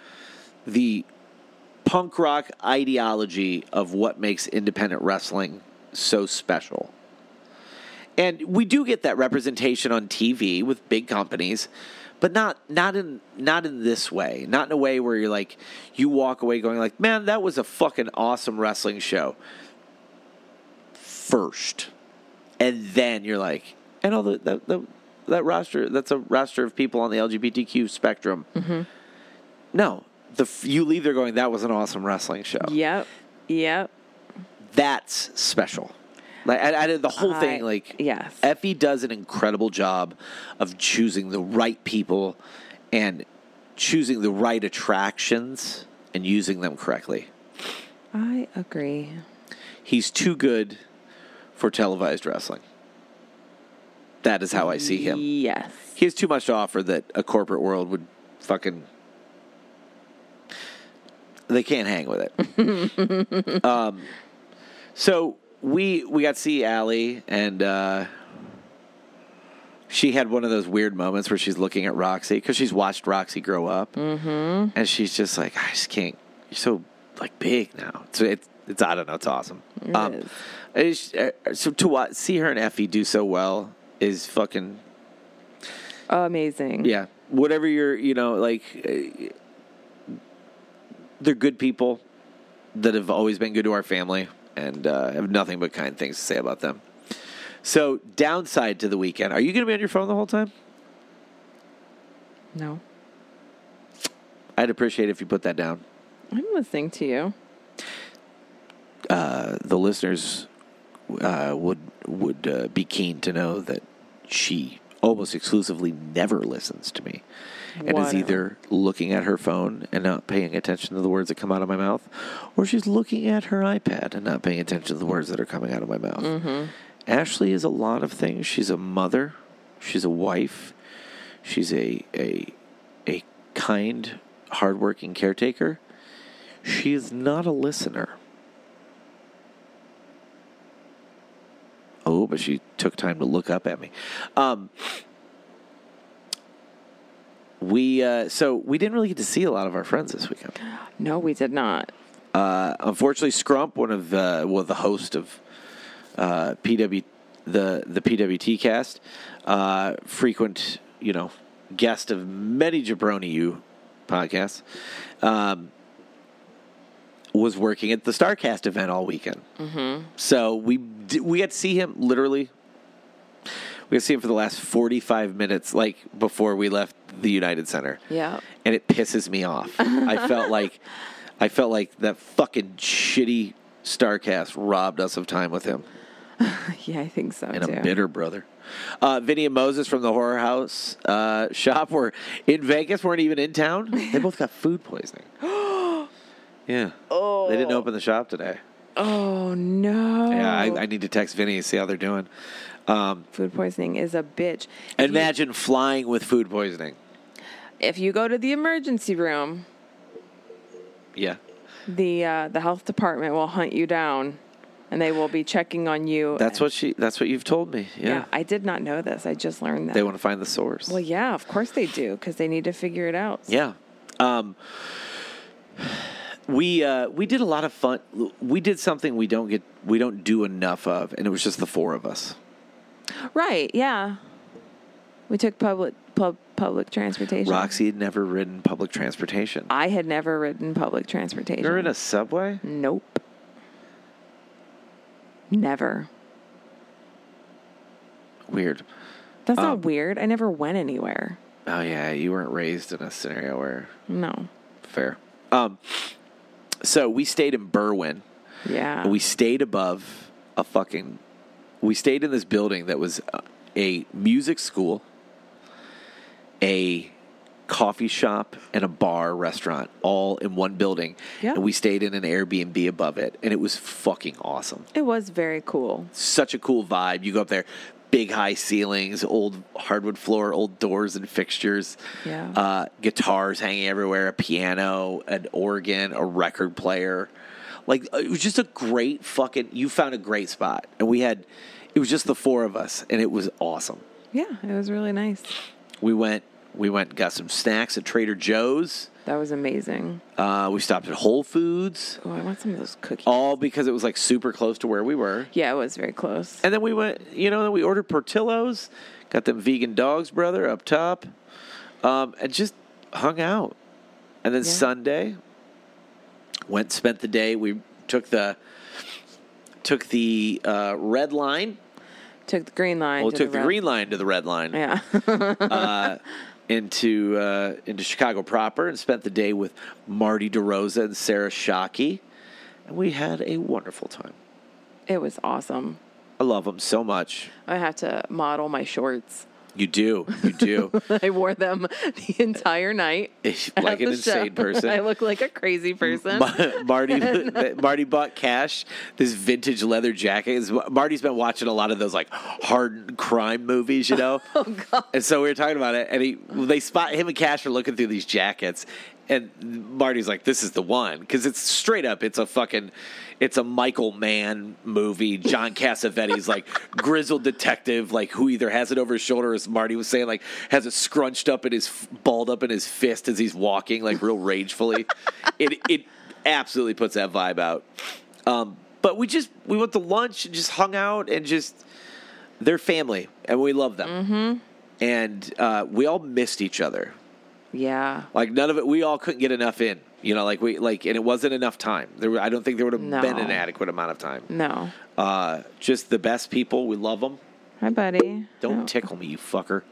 the punk rock ideology of what makes independent wrestling so special. And we do get that representation on TV with big companies, but not not in not in this way. Not in a way where you're like you walk away going like, "Man, that was a fucking awesome wrestling show." First. And then you're like, and all the that, that, that roster that's a roster of people on the LGBTQ spectrum. No, the f- you leave there going, "That was an awesome wrestling show."
yep yep
That's special. Like I, I did the whole thing
I-
like
yes
Effie does an incredible job of choosing the right people and choosing the right attractions and using them correctly.
i agree
He's too good for televised wrestling. That is how I see him.
yes
He has too much to offer that a corporate world would fucking. They can't hang with it. um, so we we got to see Allie and. Uh, she had one of those weird moments where she's looking at Roxy because she's watched Roxy grow up, mm-hmm. and she's just like, I just can't. You're so like big now. It's, it's It's I don't know. It's awesome.
It
um,
is.
it's- uh, so to watch, see her and Effie do so well is fucking
Amazing.
yeah. Whatever you're, you know, like uh, they're good people that have always been good to our family and uh, have nothing but kind things to say about them. So downside to the weekend, are you going to be on your phone the whole time?
No,
I'd appreciate if you put that down.
I'm listening to you.
uh, the listeners uh, would would uh, be keen to know that she almost exclusively never listens to me and is
Whatever.
either looking at her phone and not paying attention to the words that come out of my mouth or she's looking at her iPad and not paying attention to the words that are coming out of my mouth. Ashley is a lot of things. She's a mother, she's a wife, she's a a a kind, hardworking caretaker. She is not a listener. Oh, but she took time to look up at me. Um, we uh, so we didn't really get to see a lot of our friends this weekend.
No, we did not.
Uh, unfortunately, Scrump, one of uh, well, the host of uh, PW the the PWT cast, uh, frequent you know guest of many Jabroni U podcasts, um, was working at the Starcast event all weekend. So we di- we got to see him literally. We got to see him for the last forty five minutes, like before we left the United Center
Yeah.
and it pisses me off. I felt like I felt like that fucking shitty Starcast robbed us of time with him,
Yeah, I think so
and
too.
I'm bitter, brother. Uh, Vinny and Moses from the Horror House uh, shop were in Vegas, weren't even in town. They both got food poisoning. yeah, oh, they didn't open the shop today.
oh no.
Yeah, I, I need to text Vinny and see how they're doing. Um,
Food poisoning is a bitch. If you-
imagine flying with food poisoning.
if you go to the emergency room,
Yeah,
the uh, the health department will hunt you down, and they will be checking on you.
that's what she. That's what you've told me. Yeah,
Yeah. I did not know this. I just learned that.
they want to find the source.
well, yeah, of course they do, because they need to figure it out.
Yeah. Um, we uh, we did a lot of fun. We did something we don't get we don't do enough of, and it was just the four of us.
Right. Yeah. We took public pub, public transportation.
Roxy had never ridden public transportation.
I had never ridden public transportation.
You're in a subway.
Nope. Never.
Weird.
That's
Um,
not weird. I never went anywhere.
Oh yeah, you weren't raised in a scenario where
No.
fair. Um, so we stayed in Berwyn.
Yeah.
And we stayed above a fucking. We stayed in this building that was uh, a music school, a coffee shop, and a bar restaurant all in one building.
Yeah.
And we stayed in an Airbnb above it, and it was fucking awesome.
it was very cool.
Such a cool vibe. You go up there, big high ceilings, old hardwood floor, old doors and fixtures,
Yeah.
uh, guitars hanging everywhere, a piano, an organ, a record player. Like uh, it was just a great fucking. You found a great spot, and we had. It was just the four of us, and it was awesome.
Yeah, it was really nice.
We went. We went and got some snacks at Trader Joe's.
That was amazing.
Uh, we stopped at Whole Foods,
Oh, I want some of those cookies.
all because it was like super close to where we were.
yeah, it was very close.
And then we went, you know, then we ordered Portillo's, got them vegan dogs, brother, up top, um, and just hung out. And then
Yeah.
Sunday, went spent the day. We took the took the uh, red line.
Took the green line.
Well,
to
took the,
red-
green line to the red line
Yeah.
uh, into uh, into Chicago proper, and spent the day with Marty DeRosa and Sarah Shockey, and we had a wonderful time.
it was awesome.
I love them so much.
I have to model my shorts.
You do, you do.
I wore them the entire night. at
like an
the show.
insane
I
person.
look like a crazy person.
Ma- Marty Marty bought cash this vintage leather jacket. It's- Marty's been watching a lot of those like hardened crime movies, you know. oh god. And so we were talking about it and he they spot him and Cash are looking through these jackets and Marty's like this is the one cuz it's straight up it's a fucking it's a Michael Mann movie. John Cassavetes like grizzled detective like who either has it over his shoulder as Marty was saying like has it scrunched up in his balled up in his fist as he's walking like real ragefully. it it absolutely puts that vibe out. Um, but we just we went to lunch and just hung out and just they're family and we love them. Mm-hmm. And uh, we all missed each other.
Yeah.
Like none of it. We all couldn't get enough in. You know, like we like, and it wasn't enough time. There, were- I don't think there would have
No.
been an adequate amount of time.
No.
Uh, just the best people. We love them.
Hi, buddy.
Don't
No.
tickle me, you fucker.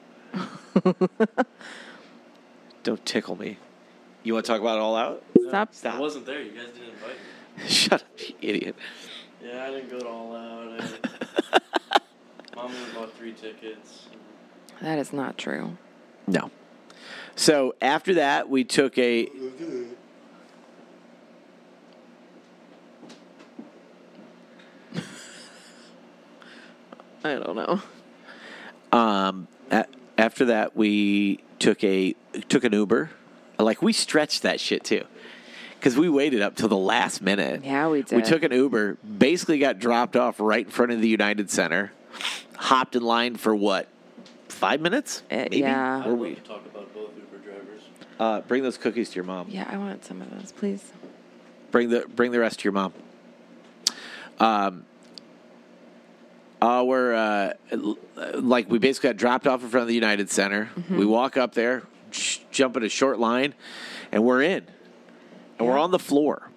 Don't tickle me. You want to talk about it all out?
Stop.
I wasn't there. You guys didn't invite me.
Shut up, you idiot.
Yeah, I didn't go to all out. I- Mom only bought three tickets.
That is not true.
No. So after that, we took a.
I don't know.
Um, a- after that, we took a took an Uber. Like we stretched that shit too, because we waited up till the last minute.
Yeah, we did.
We took an Uber, basically got dropped off right in front of the United Center, hopped in line for what, five minutes?
Uh,
Maybe?
yeah.
I'd
Were
love
we?
to talk about both Uber drivers.
Uh, bring those cookies to your mom.
Yeah, I want some of those, please.
Bring the bring the rest to your mom. Um, our uh, l- like we basically got dropped off in front of the United Center.
Mm-hmm.
We walk up there, sh- jump in a short line, and we're in, and we're
Yeah.
on the floor.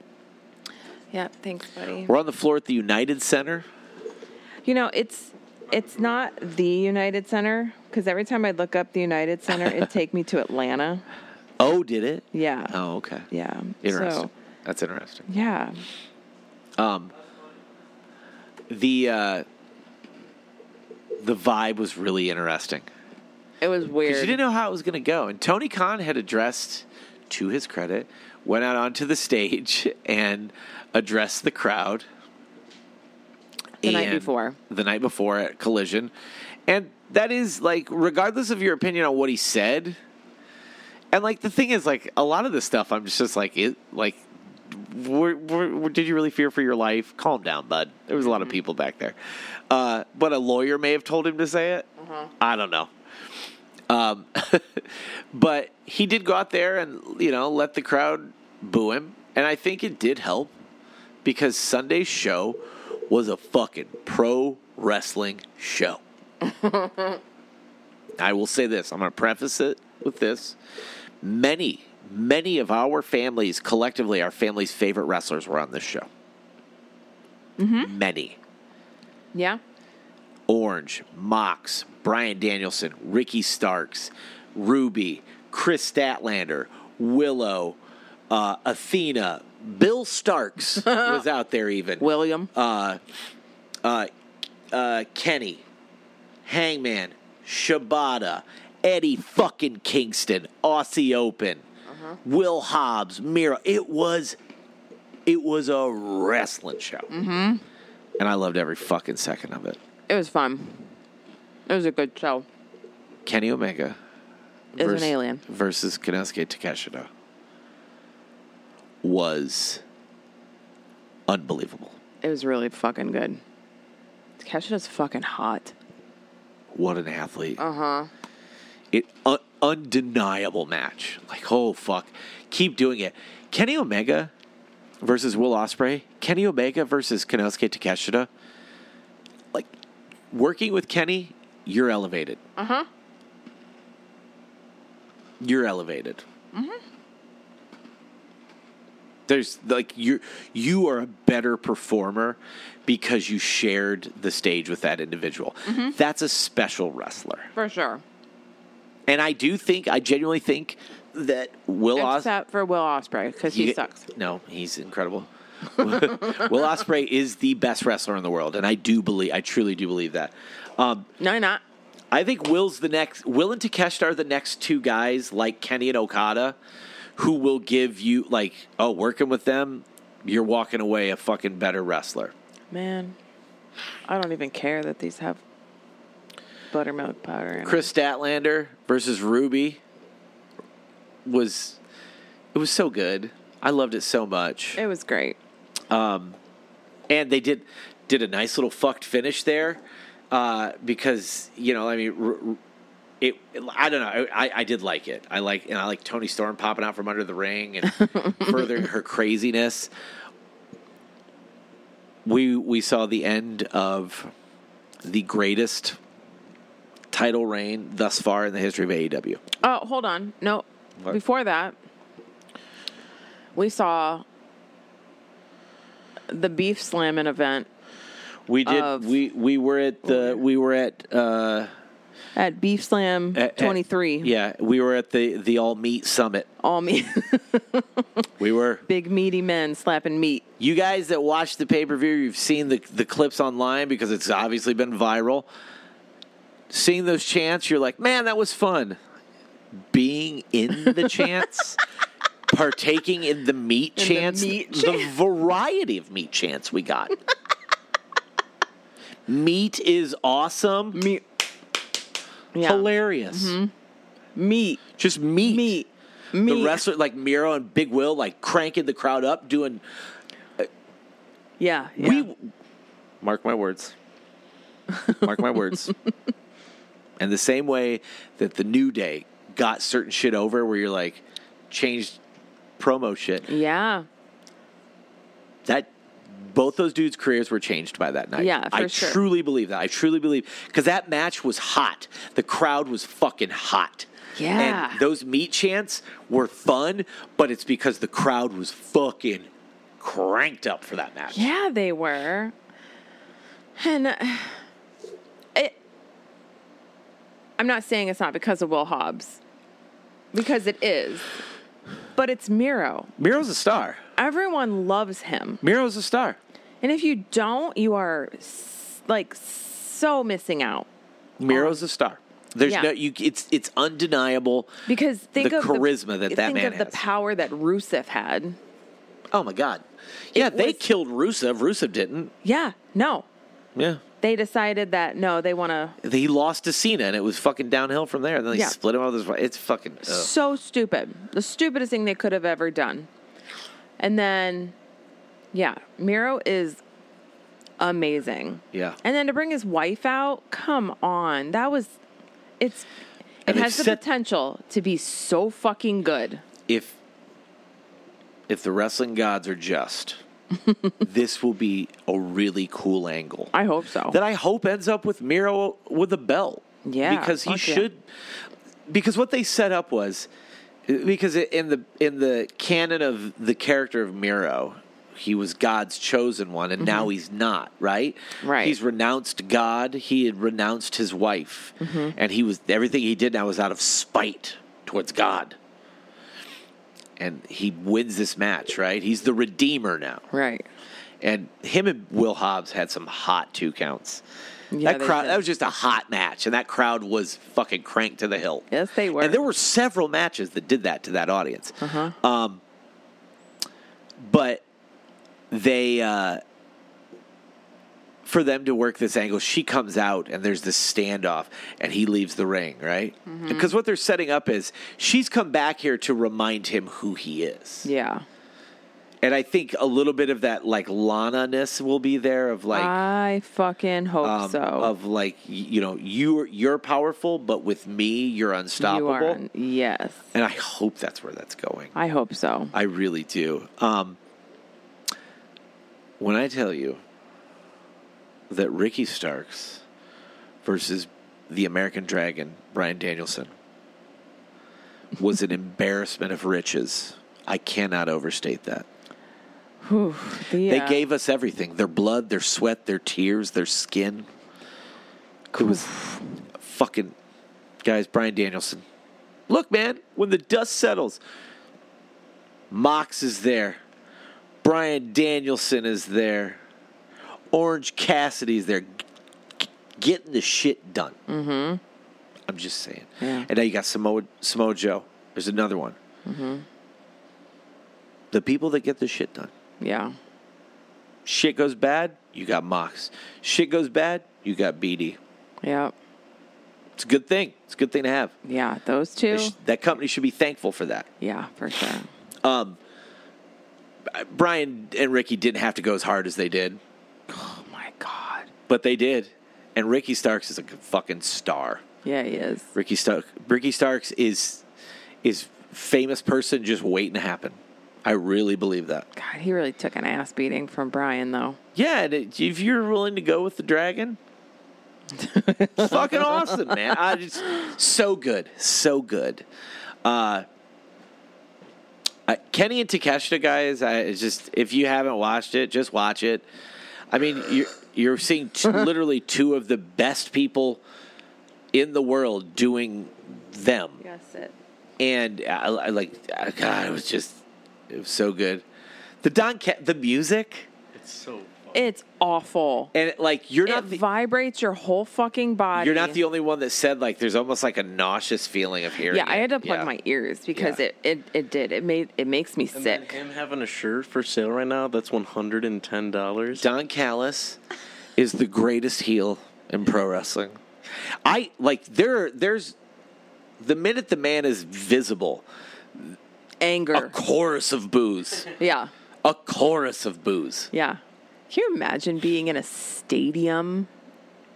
Yeah, thanks, buddy.
We're on the floor at the United Center.
You know, it's it's not the United Center because every time I look up the United Center, it take me to Atlanta.
Oh, did it?
Yeah.
Oh, okay.
Yeah.
Interesting.
So,
That's interesting.
yeah.
Um, the uh, the vibe was really interesting
It was weird.
because you didn't know how it was going to go. And Tony Khan had addressed, to his credit, went out onto the stage and addressed the crowd
The night
and-
before.
The night before at Collision, and that is like, regardless of your opinion on what he said, and like the thing is, like a lot of this stuff, I'm just, just like it, like. Were, were, were- did you really fear for your life? Calm down, bud. There was a
Mm-hmm.
lot of people back there, uh, but a lawyer may have told him to say it.
Mm-hmm.
I don't know. Um, but he did go out there and you know let the crowd boo him, and I think it did help because Sunday's show was a fucking pro wrestling show. I will say this. I'm going to preface it with this. Many, many of our families, collectively, our family's favorite wrestlers were on this show. Many.
Yeah.
Orange, Mox, Brian Danielson, Ricky Starks, Ruby, Chris Statlander, Willow, uh, Athena, Bill Starks was out there even.
William.
uh, uh, uh, Kenny, Hangman, Shibata, Eddie fucking Kingston, Aussie Open,
Uh-huh.
Will Hobbs, Mira. It was, it was a wrestling show, mm-hmm. and I loved every fucking second of it.
it was fun. It was a good show.
Kenny Omega
It was an alien.
versus Kenosuke Takeshita was unbelievable.
It was really fucking good. Kesha's fucking hot.
What an athlete!
Uh huh.
it un- undeniable match. Like, oh fuck, keep doing it. Kenny Omega versus Will Osprey. Kenny Omega versus Kanosuke Takeshita. Like, working with Kenny, you're elevated. Uh huh. You're elevated. Mm-hmm. There's like you you are a better performer because you shared the stage with that individual. That's a special wrestler.
For sure.
And I do think, I genuinely think that Will Osprey.
Except for Will Osprey because he sucks.
No, he's incredible. Will Osprey is the best wrestler in the world, and I do believe, I truly do believe that. Um,
No, you're not.
I think Will's the next. Will and Takeshita are the next two guys, like Kenny and Okada, who will give you like, oh, working with them, you're walking away a fucking better wrestler.
Man, I don't even care that these have buttermilk powder. In
Chris Statlander versus Ruby was, it was so good. I loved it so much.
It. it was great.
and they did did a nice little fucked finish there uh, because you know I mean r- r- it, I don't know I, I did like it I like and I like Tony Storm popping out from under the ring and furthering her craziness we we saw the end of the greatest title reign thus far in the history of E AEW.
Oh, hold on. No,
What?
before that, we saw the beef slamming event
We did.
Of-
we we were at the we were at uh,
at Beef Slam
at- at-
23.
yeah, we were at the the all meat summit.
All me,
We were.
big meaty men slapping meat.
You guys that watched the pay per view, you've seen the the clips online because it's obviously been viral. Seeing those chants, you're like, man, that was fun. Being in the chants, partaking in the meat
the
chants,
meat
the variety of meat chants we got. meat is awesome,
Meat. Yeah.
hilarious.
Meat.
Just meat.
Meat. Meat.
The wrestler like Miro and Big Will like cranking the crowd up, doing
yeah. yeah.
We mark my words. Mark my words. And the same way that the New Day got certain shit over, where you're like, changed promo shit.
yeah.
That both those dudes' careers were changed by that night.
Yeah, for
I
sure.
truly believe that. I truly believe because that match was hot. The crowd was fucking hot.
Yeah.
And those meat chants were fun, but it's because the crowd was fucking cranked up for that match.
Yeah, they were. And uh, it, I'm not saying it's not because of Will Hobbs, because it is, but it's Miro.
Miro's a star.
Everyone loves him.
Miro's a star.
And if you don't, you are s- like so missing out.
Miro's a star. There's
Oh. Yeah.
no you. It's it's undeniable.
Because think
The
of
charisma that that
think
man
of the
has.
power that Rusev had.
Oh my god. Yeah, they
was-
killed Rusev. Rusev didn't.
Yeah, no,
Yeah,
they decided that no, they want to.
he lost to Cena, and it was fucking downhill from there. And then they
Yeah.
split him all this. It's fucking. ugh.
so stupid. The stupidest thing they could have ever done. And then, yeah, Miro is amazing.
Yeah.
And then to bring his wife out, come on. That was, it's, it
And they've
has the
set-
potential to be so fucking good.
if if the wrestling gods are just, this will be a really cool angle.
I hope so.
that I hope ends up with Miro with a belt.
Yeah,
because he
fuck yeah.
should. Because what they set up was, because in the in the canon of the character of Miro, he was God's chosen one, and now he's not. Right.
Mm-hmm. Right.
He's renounced God. He had renounced his wife,
Mm-hmm.
and he was everything he did now was out of spite towards God. And he wins this match, right? He's the redeemer now.
right.
And him and Will Hobbs had some hot two counts.
Yeah,
that
they
crowd
did.
that was just a hot match, and that crowd was fucking cranked to the hill.
Yes, they were.
And there were several matches that did that to that audience. Uh-huh. Um, but they uh, for them to work this angle, she comes out and there's this standoff, and he leaves the ring, right?
Mm-hmm.
Because what they're setting up is she's come back here to remind him who he is.
Yeah.
And I think a little bit of that like Lana ness will be there of
Ah.
like
I fucking hope
um,
so.
of like y- you know you're you're powerful, but with me you're unstoppable.
You are. Yes.
And I hope that's where that's going.
I hope so.
I really do. Um, when I tell you that Ricky Starks versus the American Dragon Brian Danielson was an embarrassment of riches, I cannot overstate that.
Yeah.
They gave us everything their blood, their sweat, their tears, their skin. It was fucking. Guys, Brian Danielson. Look, man, when the dust settles, Mox is there. Brian Danielson is there. Orange Cassidy's there. G- g- Getting the shit done. Mm-hmm. I'm just saying.
Yeah.
And now you got Samoa, Samoa Joe. There's another one. Mm-hmm. The people that get the shit done.
Yeah.
Shit goes bad, you got Mox. Shit goes bad, you got BD.
Yeah.
It's a good thing. It's a good thing to have.
Yeah. Those two.
They sh- that company should be thankful for that.
yeah, for sure.
Brian and Ricky didn't have to go as hard as they did,
Oh my God.
but they did. And Ricky Starks is a fucking star.
Yeah, he is.
Ricky Stark. Ricky Starks is is famous person just waiting to happen. I I really believe that.
God, he really took an ass beating from Brian, though.
Yeah, and it- if you're willing to go with the dragon, it's fucking awesome, man. I just so good, so good. Uh, I, Kenny and Takeshita, guys. I it's just if you haven't watched it, just watch it. I mean, you're you're seeing t- literally two of the best people in the world doing them
That's it.
and I, I like uh, God, it was just it was so good. The Don, Ca- the music,
It's so fun.
It's awful.
and like you're not
it
the,
vibrates your whole fucking body.
you're not the only one that said like there's almost like a nauseous feeling of hearing.
Yeah, I
it.
had to plug
Yeah.
my ears because
Yeah.
it, it it did. It made it makes me
and
sick.
then him having a shirt for sale right now, that's $110.
Don Callis is the greatest heel in pro wrestling. I like there. There's the minute the man is visible, a
Anger.
chorus of boos,
yeah.
a chorus of boos.
Yeah. Can you imagine being in a stadium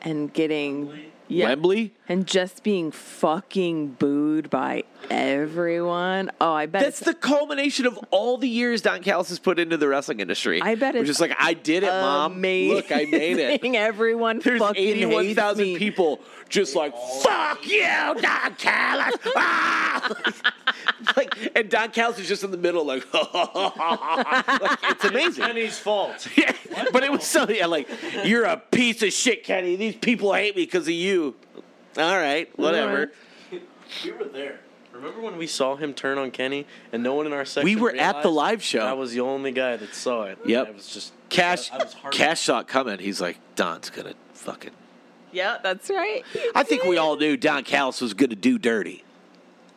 and getting yeah,
Wembley.
and just being fucking booed by everyone? Oh, I bet
That's
it's
the culmination of all the years Don Callis has put into the wrestling industry.
I bet
We're
it's
just like, I did it, mom.
amazing.
Look, I made it.
Everyone
There's
fucking hates
81,000
me.
people just like, fuck you, Don Callis. Ah! like, and Don Callis is just in the middle, like, like it's amazing.
Kenny's fault.
but it was so, yeah, like, you're a piece of shit, Kenny. These people hate me because of you. All right, whatever.
we were there. Remember when we saw him turn on Kenny and no one in our section
We were at the
realized?
live show.
I was the only guy that saw it.
Yep.
I was just
Cash,
I was heartbroken.
Cash saw it coming. He's like, Don's gonna fucking.
Yeah, that's right.
I think we all knew Don Callis was gonna do dirty.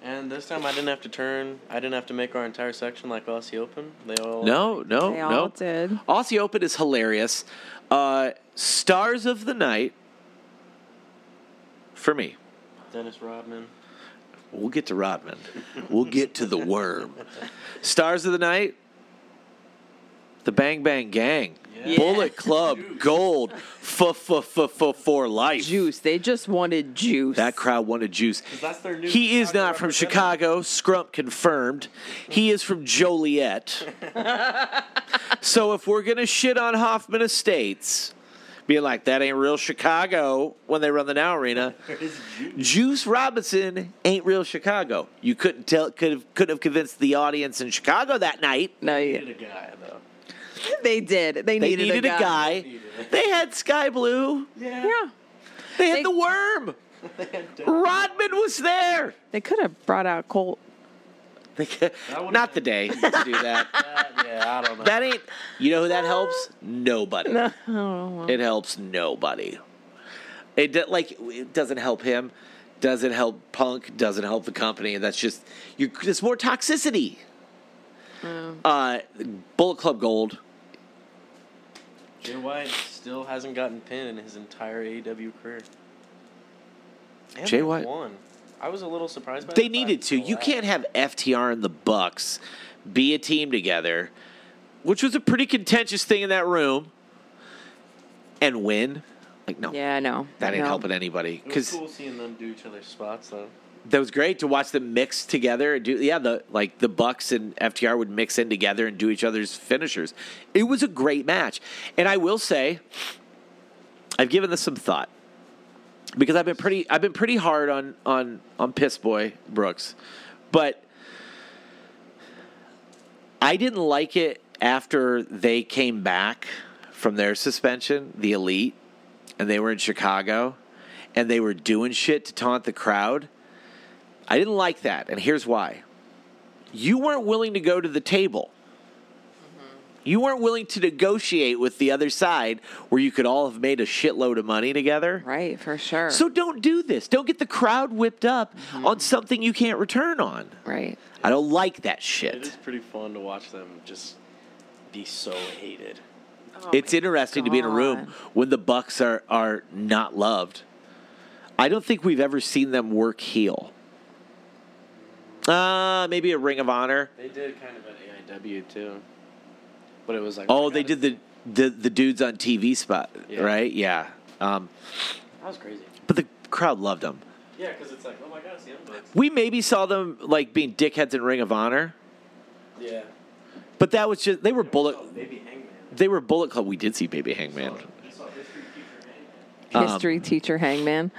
And this time I didn't have to turn. I didn't have to make our entire section like Aussie Open. They all
No, no,
They
no.
all did.
Aussie Open is hilarious. Uh, stars of the night for me.
Dennis Rodman.
We'll get to Rodman. We'll get to the worm. Stars of the night. The Bang Bang Gang.
Yeah.
Bullet Club. Gold. For life.
Juice. They just wanted juice.
That crowd wanted juice.
'Cause that's their new
He is
Chicago
not from
representative.
Chicago. Scrump confirmed. He is from Joliet. so if we're gonna shit on Hoffman Estates, being like that ain't real Chicago when they run the Now Arena, Juice Robinson ain't real Chicago. You couldn't tell. Could have could have convinced the audience in Chicago that night.
no,
He
you-
needed a guy though.
they did. They
They
needed,
needed, a guy. They had Sky Blue.
Yeah.
Yeah.
They had
They-
the Worm. Rodman was there.
They could have brought out Colt.
They ca-
would've
Not the day to do that.
yeah, I don't know.
that ain't. You know who that helps? Nobody.
No. Oh, well.
It helps nobody. It do, like it doesn't help him. Doesn't help Punk. Doesn't help the company. That's just you. It's more toxicity.
Oh.
Uh, Bullet Club Gold.
Jay White still hasn't gotten pinned in his entire AEW career. And
Jay
they
White-
won. I was a little surprised by
They
that, but I
needed to.
feel
You
bad.
can't have FTR and the Bucks be a team together, which was a pretty contentious thing in that room, and win. Like no,
Yeah, no.
that ain't
no.
helping anybody.
It was
Because
cool seeing them do each other's spots though.
that was great to watch them mix together and do yeah the like the bucks and ftr would mix in together and do each other's finishers it was a great match and i will say i've given this some thought because i've been pretty i've been pretty hard on on on piss boy brooks but i didn't like it after they came back from their suspension the elite and they were in chicago and they were doing shit to taunt the crowd I didn't like that, and here's why. You weren't willing to go to the table. You weren't willing to negotiate with the other side where you could all have made a shitload of money together.
Right, for sure.
So don't do this. Don't get the crowd whipped up
Mm-hmm.
on something you can't return on.
right.
I don't like that
It is
shit.
pretty fun to watch them just be so hated.
it's interesting to be in a room
God.
when the Bucks are, are not loved. I don't think we've ever seen them work heel. Uh, maybe a Ring of Honor.
They did kind of at AIW too, but it was like
Oh, they did the the the dudes on TV spot,
Yeah.
right? Yeah. Um,
that was crazy.
but the crowd loved them.
Yeah, because it's like oh my god, it's the Young Bucks.
We maybe saw them like being dickheads in Ring of Honor,
Yeah,
But that was just they were bullet.
Maybe Hangman.
They were bullet club. We did see Baby Hangman.
History teacher hangman.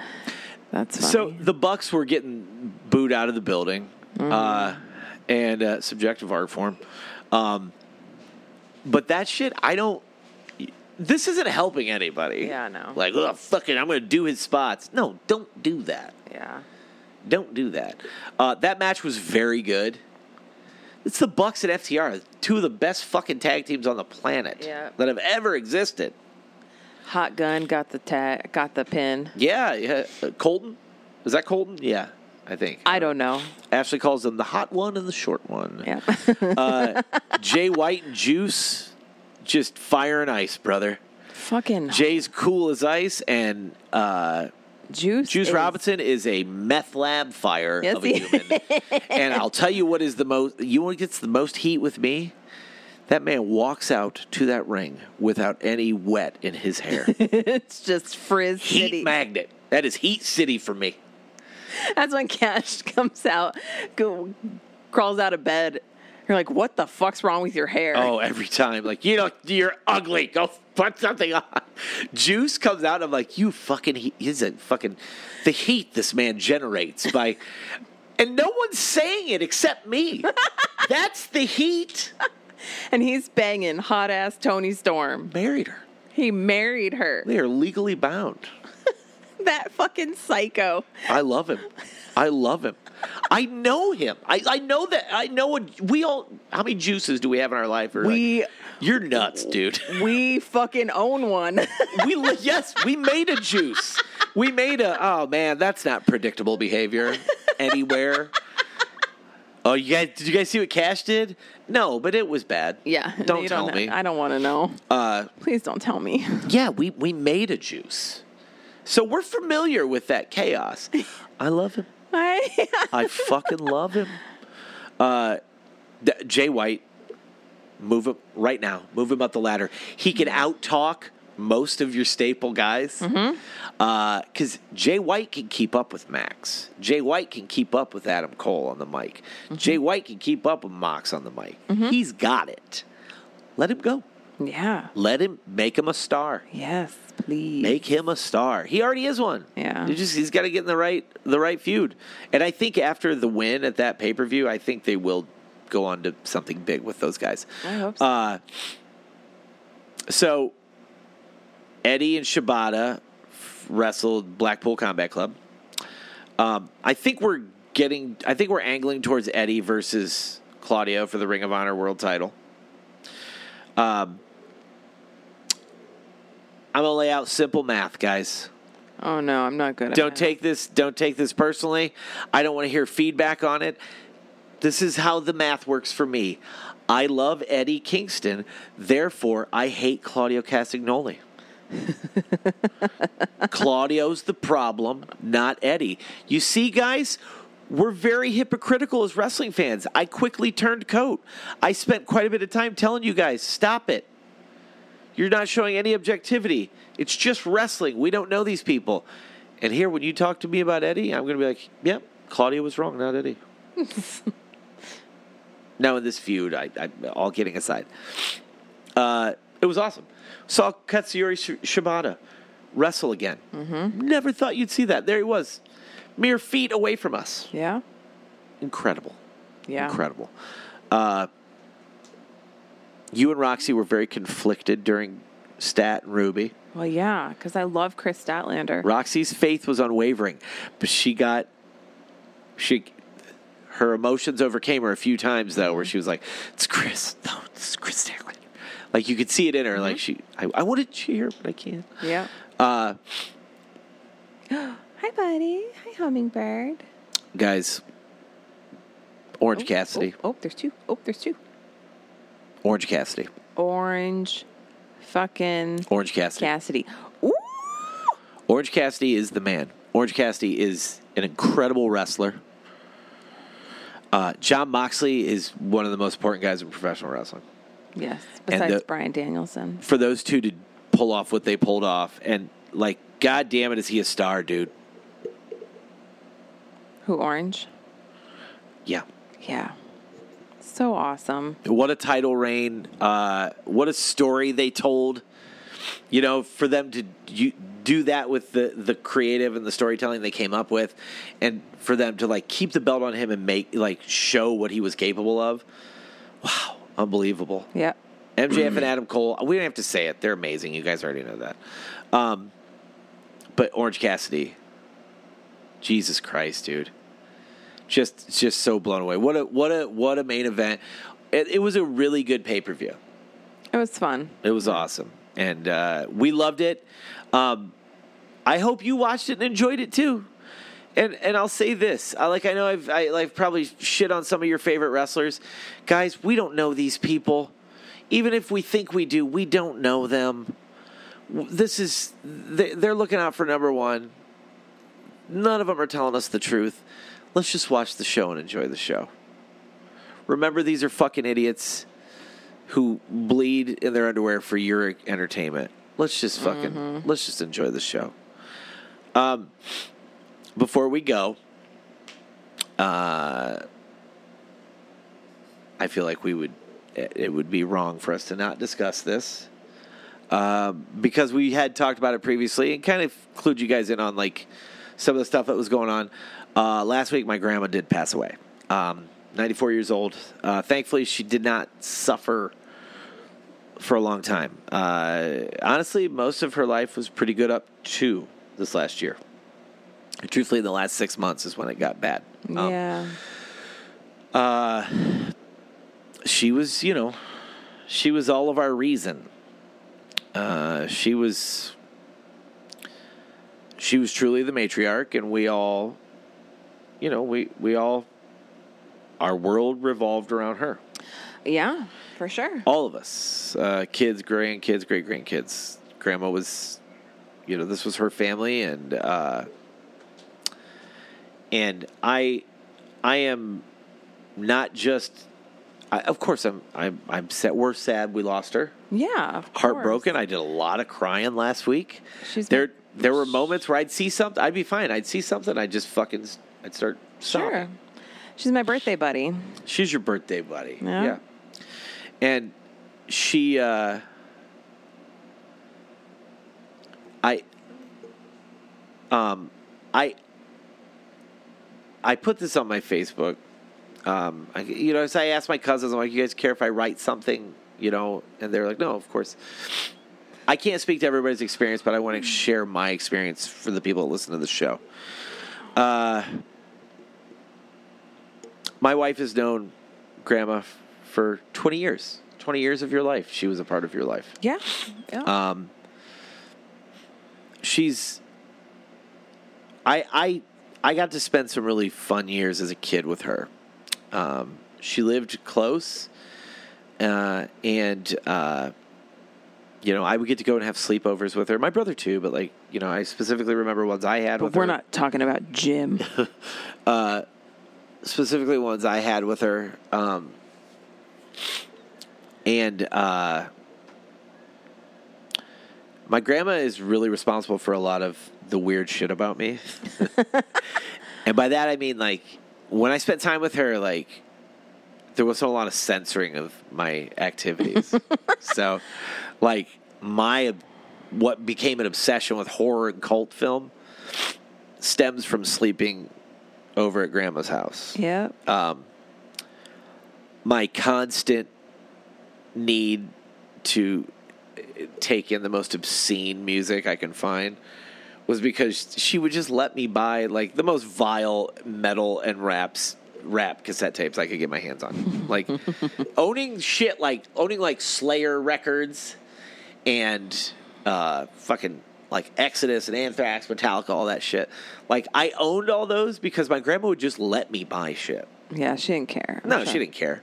That's funny.
Um, So the Bucks were getting booed out of the building,
Mm.
uh, and uh, subjective art form. Um, but that shit, I don't. This isn't helping anybody.
Yeah, no.
Like, oh fuck it, I'm gonna do his spots. No, don't do that.
yeah.
Don't do that. Uh, that match was very good. It's the Bucks and FTR, two of the best fucking tag teams on the planet
Yeah.
that have ever existed.
Hot gun got the tag, got the pin.
Yeah, yeah. Uh, Colton, is that Colton? Yeah, I think.
I don't know.
Ashley calls them the hot one and the short one.
Yeah.
Uh, Jay White and Juice, just fire and ice, brother.
Fucking
Jay's cool as ice, and uh,
juice.
Juice
is-
Robinson is a meth lab fire
Yes,
of a
he
human. and I'll tell you what is the most. You want gets the most heat with me? That man walks out to that ring without any wet in his hair.
it's just frizz city.
heat magnet. That is heat city for me.
That's when Cash comes out, go, crawls out of bed. You're like, what the fuck's wrong with your hair?
Oh, every time. Like, you know, you're ugly. Go put something on. Juice comes out. I'm like, you fucking, he- he's a fucking, the heat this man generates by, and no one's saying it except me. That's the heat.
And he's banging hot ass Tony Storm.
Married her.
He married her.
They are legally bound.
That fucking psycho.
I love him. I love him. I know him. I, I know that. I know what we all, how many juices do we have in our life? We're like,
We
you're nuts, dude.
we fucking own one.
we li- yes, we made a juice. We made a oh man, that's not predictable behavior anywhere. Oh, you guys, did you guys see what Cash did? No, but it was bad.
yeah.
don't
you
tell me.
I don't want to know.
Uh,
Please don't tell me.
yeah, we we made a juice, so we're familiar with that chaos. I love him.
I,
I fucking love him. Uh, D- Jay White, move him right now. Move him up the ladder. He can out talk most of your staple guys. Because Jay White can keep up with Max. Jay White can keep up with Adam Cole on the mic. Jay White can keep up with Mox on the mic. He's got it. Let him go.
yeah.
Let him make him a star.
Yes, please.
Make him a star. He already is one.
Yeah.
He just he's got to get in the right the right feud. And I think after the win at that pay per view, I think they will go on to something big with those guys.
I hope so.
Uh, so Eddie and Shibata f- wrestled Blackpool Combat Club. Um, I think we're getting. I think we're angling towards Eddie versus Claudio for the Ring of Honor World Title. Um, I'm gonna lay out simple math, guys.
oh no, I'm not good at
Don't
it.
take this. Don't take this personally. I don't want to hear feedback on it. This is how the math works for me. I love Eddie Kingston, therefore I hate Claudio Castagnoli. Claudio's the problem, not Eddie. You see, guys, we're very hypocritical as wrestling fans. I quickly turned coat. I spent quite a bit of time telling you guys, stop it. You're not showing any objectivity. It's just wrestling. We don't know these people. And here, when you talk to me about Eddie, I'm going to be like, yep, Claudia was wrong, not Eddie. now, in this feud, I, I, all kidding aside, uh, it was awesome. Saw Katsuyori Sh- Shibata wrestle again. Never thought you'd see that. There he was, mere feet away from us.
Yeah.
Incredible.
Yeah.
Incredible. Uh, you and Roxy were very conflicted during Stat and Ruby.
Well, yeah, because I love Chris Statlander.
Roxy's faith was unwavering, but she got she her emotions overcame her a few times though,
Mm-hmm.
where she was like, "It's Chris, no, it's Chris Statlander." Like you could see it in her, like she,
Mm-hmm.
I, I want to cheer, but I can't.
Yeah.
Uh,
Hi, buddy. Hi, hummingbird.
guys, Orange
Oh,
Cassidy,
Oh, oh, there's two. Oh, there's two. oh.
Orange Cassidy,
Orange, fucking
Orange Cassidy,
Cassidy. Ooh.
Orange Cassidy is the man. Orange Cassidy is an incredible wrestler. Uh, John Moxley is one of the most important guys in professional wrestling.
Yes. Besides
the-
Brian Danielson.
for those two to pull off what they pulled off and like god damn it is he a star dude
Who orange?
yeah
Yeah. So awesome.
What a title reign! Uh, what a story they told. You know, for them to you, do that with the the creative and the storytelling they came up with, and for them to like keep the belt on him and make like show what he was capable of. Wow, unbelievable!
Yep.
MJF and Adam Cole. We don't have to say it; they're amazing. You guys already know that. Um, but Orange Cassidy, Jesus Christ, dude, just just so blown away. What a what a what a main event! It, it was a really good pay per view.
It was fun.
It was awesome, and uh, we loved it. Um, I hope you watched it and enjoyed it too. And and I'll say this, I, like I know I've I, I've probably shit on some of your favorite wrestlers, guys. We don't know these people, even if we think we do, we don't know them. W- This is they- they're looking out for number one. None of them are telling us the truth. Let's just watch the show and enjoy the show. Remember, these are fucking idiots who bleed in their underwear for your entertainment. Let's just fucking let's just enjoy the show. Um, before we go, uh, I feel like we would it it would be wrong for us to not discuss this um, because we had talked about it previously and kind of clued you guys in on like some of the stuff that was going on. Uh, last week, my grandma did pass away, um, 94 years old. Uh, thankfully, she did not suffer for a long time. Uh, honestly, most of her life was pretty good up to this last year. Truthfully, the last six months is when it got bad. Um,
yeah.
she was, you know, she was all of our reason. Uh, she was, she was truly the matriarch, and we all, you know, we we all, our world revolved around her.
Yeah, for sure.
All of us, uh, kids, grandkids, great grandkids. Grandma was, you know, this was her family, and uh, and I, I am not just. I, of course, I'm. I'm. I'm sad. We're sad. We lost her.
Yeah. of
Heartbroken.
course.
I did a lot of crying last week.
She's
there.
been-
There were moments where I'd see something. I'd be fine. I'd see something. I'd just fucking. s- I'd start sobbing.
Sure. She's my birthday buddy.
She's your birthday buddy.
Yeah.
And she uh I um I I put this on my Facebook. Um I, you know, so I asked my cousins, I'm like, you guys care if I write something, you know? And they're like, No, of course. I can't speak to everybody's experience, but I want to share my experience for the people that listen to the show. my wife has known grandma f- for 20 years 20 years of your life she was a part of your life
Yeah. yeah.
um, she's I I I got to spend some really fun years as a kid with her. Um, she lived close, uh, and uh, you know I would get to go and have sleepovers with her. My brother too, but like you know I specifically remember ones I had
but
with
we're
her.
not talking about Jim.
specifically ones I had with her. Um, and uh, my grandma is really responsible for a lot of the weird shit about me. and by that I mean like when I spent time with her, like there wasn't a lot of censoring of my activities. so, like my what became an obsession with horror and cult film stems from sleeping over at grandma's house
yep.
Uh, my constant need to take in the most obscene music I can find was because she would just let me buy like the most vile metal and raps rap cassette tapes I could get my hands on. Like owning shit like owning like Slayer records and uh fucking like Exodus and Anthrax, Metallica, all that shit. Like I owned all those because my grandma would just let me buy shit.
Yeah, she didn't care. I'm
No,
sure.
she didn't care.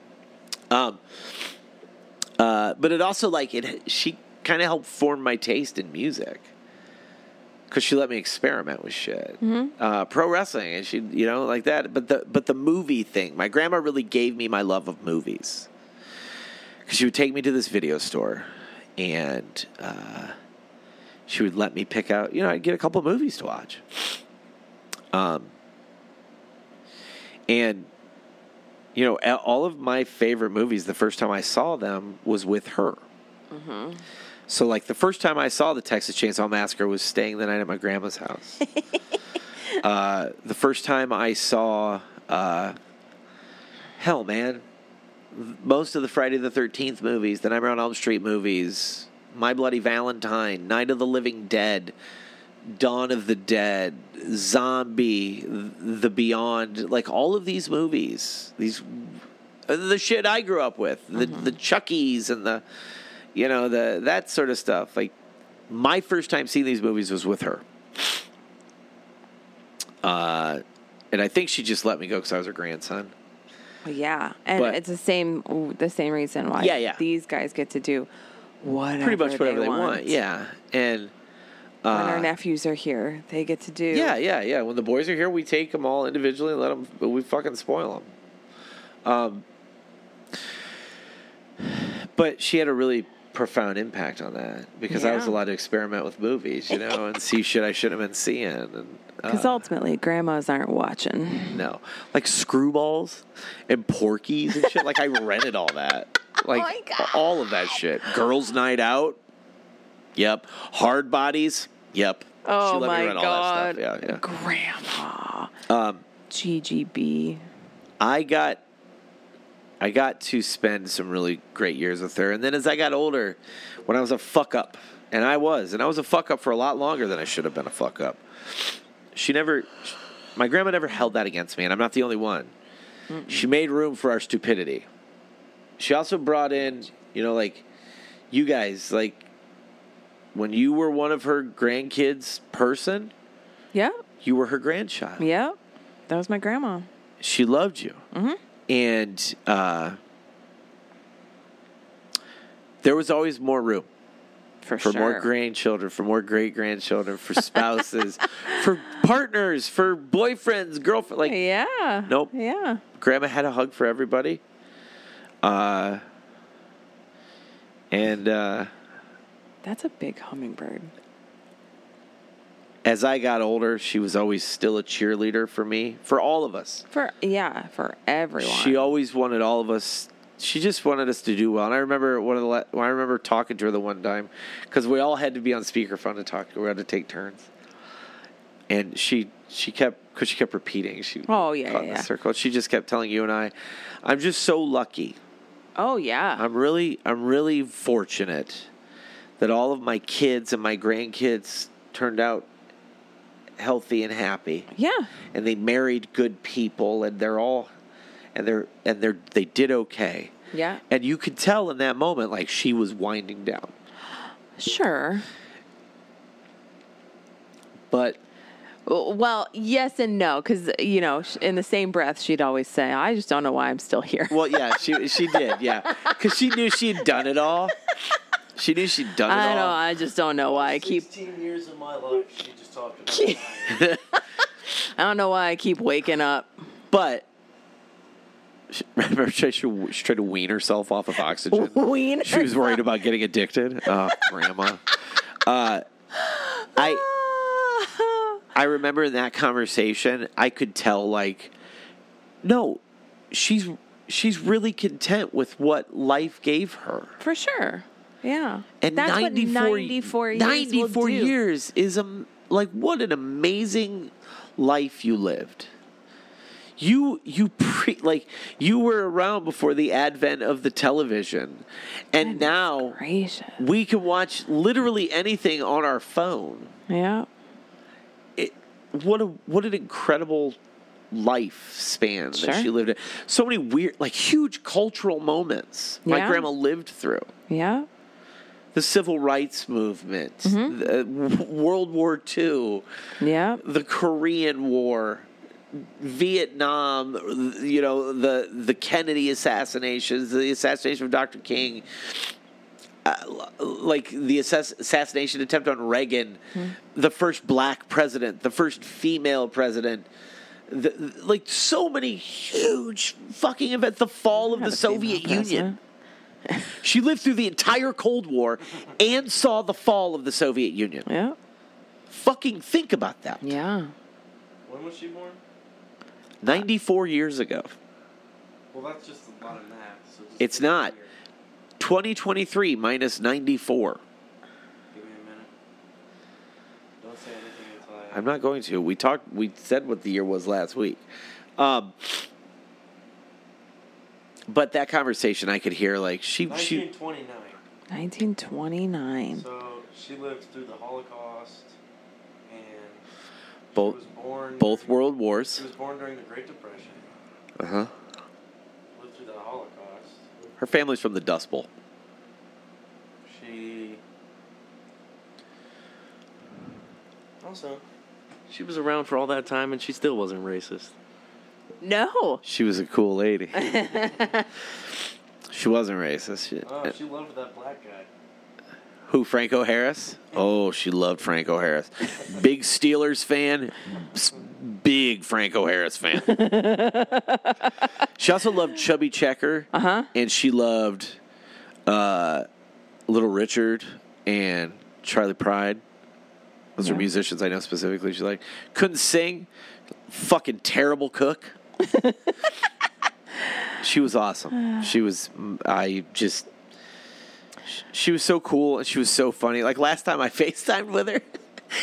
Um, uh, but it also like it. She kind of helped form my taste in music because she let me experiment with shit,
Mm-hmm.
uh, pro wrestling, and she you know like that. But the but the movie thing, my grandma really gave me my love of movies because she would take me to this video store and uh, she would let me pick out. You know, I'd get a couple movies to watch. Um, and you know, a- all of my favorite movies, the first time I saw them was with her. So, like, the first time I saw the Texas Chainsaw Massacre was staying the night at my grandma's house. uh, the first time I saw, uh, hell, man, most of the Friday the 13th movies, the Nightmare on Elm Street movies, My Bloody Valentine, Night of the Living Dead, Dawn of the Dead, Zombie, The Beyond, like all of these movies, these the shit I grew up with, the the Chuckies and the you know the that sort of stuff. Like my first time seeing these movies was with her. Uh, and I think she just let me go because I was her grandson.
Well, yeah, and
But-
it's the same the same reason why
Yeah, yeah.
these guys get to do whatever
pretty much whatever they, want.
want.
Yeah, and
When our
uh,
nephews are here, they get to do
yeah, yeah, yeah. When the boys are here, we take them all individually and let them. But we fucking spoil them. Um, but she had a really profound impact on that because I was
Yeah.
allowed to experiment with movies, you know, and see shit I shouldn't have been seeing. And uh,
Because ultimately, grandmas aren't watching.
no, like screwballs and porkies and shit. like I rented all that,
Oh my
like
God.
all of that shit. Girls' night out. Yep. Hard bodies. Yep.
Oh
she let
my
me rent
god,
all that stuff. Yeah, yeah.
grandma. Um, GGB.
I got I got to spend some really great years with her. And then as I got older, when I was a fuck up, and I was, and I was a fuck up for a lot longer than I should have been a fuck up. She never my grandma never held that against me, and I'm not the only one. She made room for our stupidity. She also brought in, you know, like you guys, like when you were one of her grandkids person,
Yep,
you were her grandchild
yep. That was my grandma.
she loved you. And uh, there was always more room
For,
for
sure.
more grandchildren, for more great grandchildren, for spouses, for partners, for boyfriends, girlfriend. Like,
Yeah.
Nope.
Yeah.
Grandma had a hug for everybody. Uh, and uh,
That's a big hummingbird.
as I got older, she was always still a cheerleader for me, for all of us.
For yeah, for everyone.
She always wanted all of us. She just wanted us to do well. And I remember one of the. la- I remember talking to her the one time because we all had to be on speakerphone to talk. to her. We had to take turns. And she she kept because she kept repeating. She
Oh, yeah,
caught in
yeah,
the
yeah.
circle. She just kept telling you and I, I'm just so lucky.
oh yeah.
I'm really I'm really fortunate that all of my kids and my grandkids turned out healthy and happy
yeah.
and they married good people and they're all and they're and they're they did okay
Yeah.
and you could tell in that moment like she was winding down
Sure.
but
Well, yes and no, because you know, sh- in the same breath, she'd always say, "I just don't know why I'm still here."
well yeah she she did yeah because she knew she'd done it all she knew she'd done it
I know.
all
I just don't know why I keep.
16 years of my life, she just talked about dying.
I don't know why I keep waking up.
but she, remember she, she, she tried to wean herself off of oxygen
Ween.
she was worried about getting addicted oh grandma uh i I remember in that conversation, I could tell like, no, she's she's really content with what life gave her.
For sure. Yeah.
And
That's
94,
what 94 years
94
will do.
years is um, like what an amazing life you lived. You you pre like you were around before the advent of the television, and now
Gracious.
we can watch literally anything on our phone.
Yeah.
it, what a what an incredible life span
Sure.
that she lived in. So many weird, like huge cultural moments my
Yeah.
grandma lived through.
Yeah.
The civil rights movement,
Mm-hmm.
the, w- World War II,
Yeah.
the Korean War, Vietnam, th- you know, the the Kennedy assassinations, the assassination of Dr. King, uh, l- like the assass- assassination attempt on Reagan,
Hmm.
the first black president, the first female president. The, the- like so many huge fucking events, the fall of
Have
the
a female
Soviet Union.
president.
She lived through the entire Cold War and saw the fall of the Soviet Union.
Yeah.
Fucking think about that.
Yeah.
When was she born?
94 years ago.
Well, that's just a lot of math. So just
It's
take it
not.
here.
2023 minus 94.
Give me a minute. Don't say anything until I.
I'm not going to. We talked. We said what the year was last week. Um, but that conversation, I could hear like she she
1929.
1929.
So she lived through the Holocaust, and
Both-
she was born
both
during-
world wars.
She was born during the Great Depression.
Uh huh.
Lived through the Holocaust.
Her family's from the Dust Bowl.
She also she was around for all that time, and she still wasn't racist.
No.
She was a cool lady. she wasn't racist. She-
Oh, she loved that black guy.
Who Franco Harris? Oh, she loved Franco Harris. Big Steelers fan, s- big Franco Harris fan. she also loved Chubby Checker,
Uh-huh.
and she loved uh, Little Richard and Charlie Pride. Those are
Yeah.
musicians I know specifically. She liked. Couldn't sing. Fucking terrible cook. she was awesome. She was. I just. She was so cool and she was so funny. Like last time I FaceTimed with her,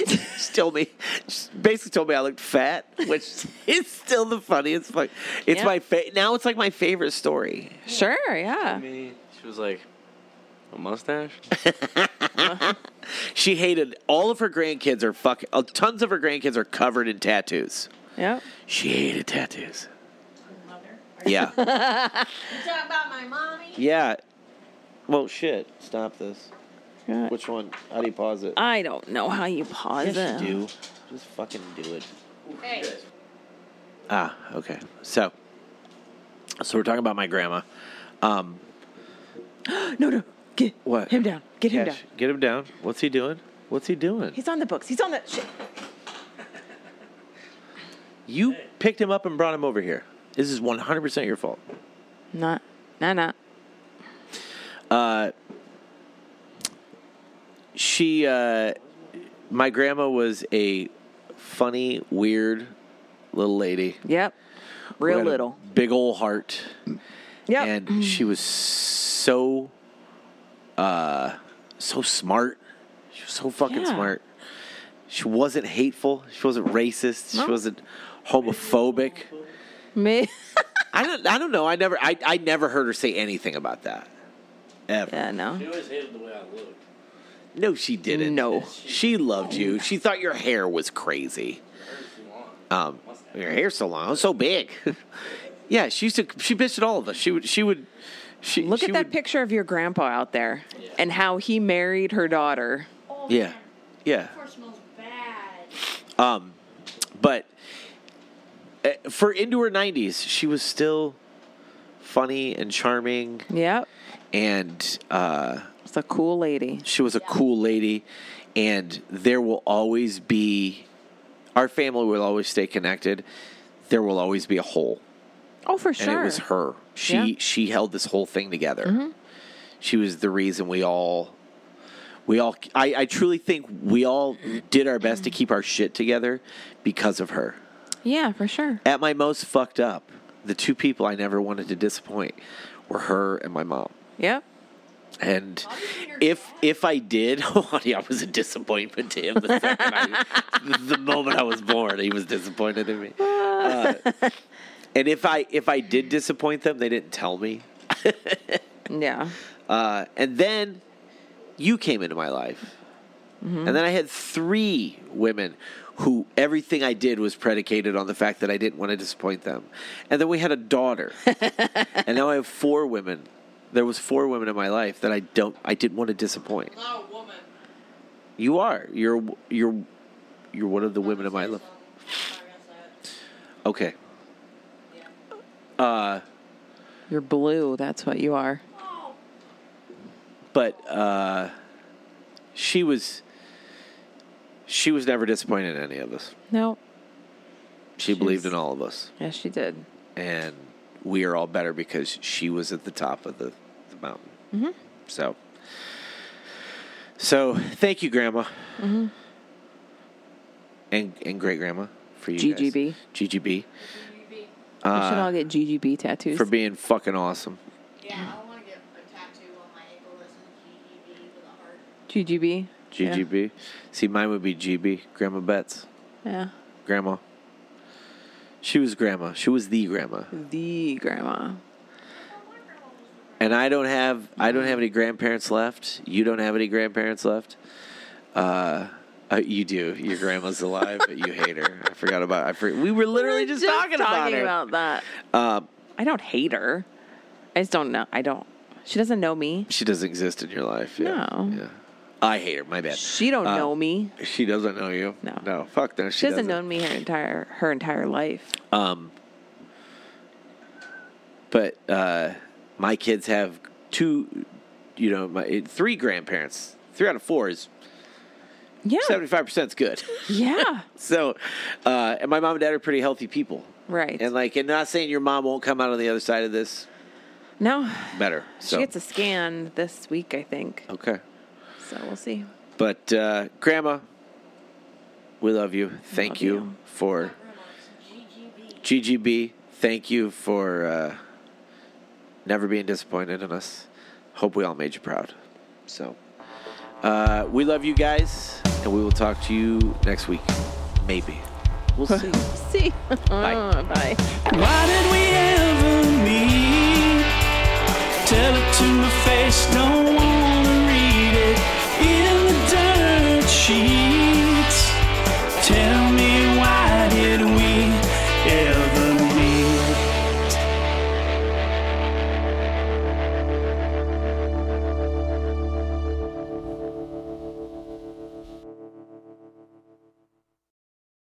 she told me, she basically told me I looked fat, which is still the funniest. Fuck. It's
Yeah.
my fa- now it's like my favorite story.
Sure, yeah.
Me, she was like a mustache.
She hated all of her grandkids are fuck. uh, Tons of her grandkids are covered in tattoos.
Yep.
She hated tattoos.
Mother. Are
Yeah,
you talking about my mommy?
yeah. Well, shit. Stop this.
Yeah.
Which one? How do you pause it?
I don't know how you pause
Yes, you
it.
do. Just fucking do it.
Hey.
Ah, okay. So, so we're talking about my grandma. Um,
No, no. Get
What?
him down. Get him down.
Cash, Get him down. What's he doing? What's he doing?
He's on the books. He's on the. Shit.
you picked him up and brought him over here. This is 100% your fault.
Not. Nah, nah.
she uh my grandma was a funny weird little lady
Yep. Real
Who had a
little.
big old heart
Yep.
and she was so uh so smart she was so fucking
Yeah.
smart she wasn't hateful she wasn't racist
No.
she wasn't homophobic
Me.
i don't i don't know i never i, I never heard her say anything about that ever
yeah. No.
She always hated the way I looked.
no she didn't
No.
she loved you she thought your hair was crazy um, your hair's so long, it's so big. yeah, she used to. She bitched at all of us. She would. She would. She
Look
she
at that
would-
picture of your grandpa out there and how he married her daughter.
Oh,
Yeah,
man.
yeah.
That floor smells bad.
Um, but uh, for into her nineties, she was still funny and charming,
Yep.
and uh,
It's a cool lady.
she was a cool lady. And there will always be our family will always stay connected. There will always be a hole.
Oh, for sure.
and it was her. She
Yeah. Mm-hmm.
she held this whole thing together. She was the reason we all we all I, I truly think we all did our best to keep our shit together because of her.
Yeah, for sure.
At my most fucked up, the two people I never wanted to disappoint were her and my mom.
Yep.
And
Obviously, you're
if
fat.
if I did, oh, yeah, I was a disappointment to him the second I, the moment I was born. He was disappointed in me. Uh, and if I if I did disappoint them, they didn't tell me.
Yeah.
Uh, and then you came into my life, and then I had three women who everything I did was predicated on the fact that I didn't want to disappoint them. And then we had a daughter, and now I have four women. There was four women in my life that I don't I didn't want to disappoint.
Not a woman.
You are. You're you're you're one of the women in my life. Okay. Uh
You're blue. That's what you are.
Oh,
but uh she was she was never disappointed in any of us.
No.
She
She's-
believed in all of us.
Yes, she did.
And we are all better because she was at the top of the, the mountain. Mm-hmm. So So thank you, Grandma.
Mm-hmm.
And and great grandma for you. guys.
GGB.
GGB.
E you be-
we should all
uh,
get GGB tattoos.
for being fucking awesome.
Yeah, I want to get a tattoo on my ankle that says GGB E with a heart.
GGB.
GGB.
Yeah.
See, mine would be GB. Grandma Betts.
Yeah.
Grandma. She was grandma. She was the grandma.
The grandma.
And I don't have I don't have any grandparents left. You don't have any grandparents left. Uh, uh, you do. Your grandma's alive, but you hate her. I forgot about. I for, we were literally
We're
just, talking, about her.
that.
Uh,
I don't hate her. I just don't know. I don't. She doesn't know me.
she doesn't exist in your life. Yeah.
No.
Yeah. I hate her. My bad.
She don't
Uh,
know me.
She doesn't know you.
No.
No. Fuck no. She,
She
doesn't
hasn't known me her entire her entire life.
Um, but uh, my kids have two, you know, my three grandparents. Three out of four is
Yeah.
seventy five percent is good.
Yeah.
So, uh, and my mom and dad are pretty healthy people,
Right.
and like, and not saying your mom won't come out on the other side of this
no.
better. So Oh.
She gets a scan this week, I think.
okay,
So we'll see.
but uh, Grandma, we love you. Thank
Love
you,
you.
for
GGB.
GGB. Thank you for uh, never being disappointed in us. Hope we all made you proud. So, uh, we love you guys, and we will talk to you next week. Maybe. We'll see.
See.
Bye.
Bye.
Why did we ever meet? Tell it to my face, don't wanna read it in the dirt sheet.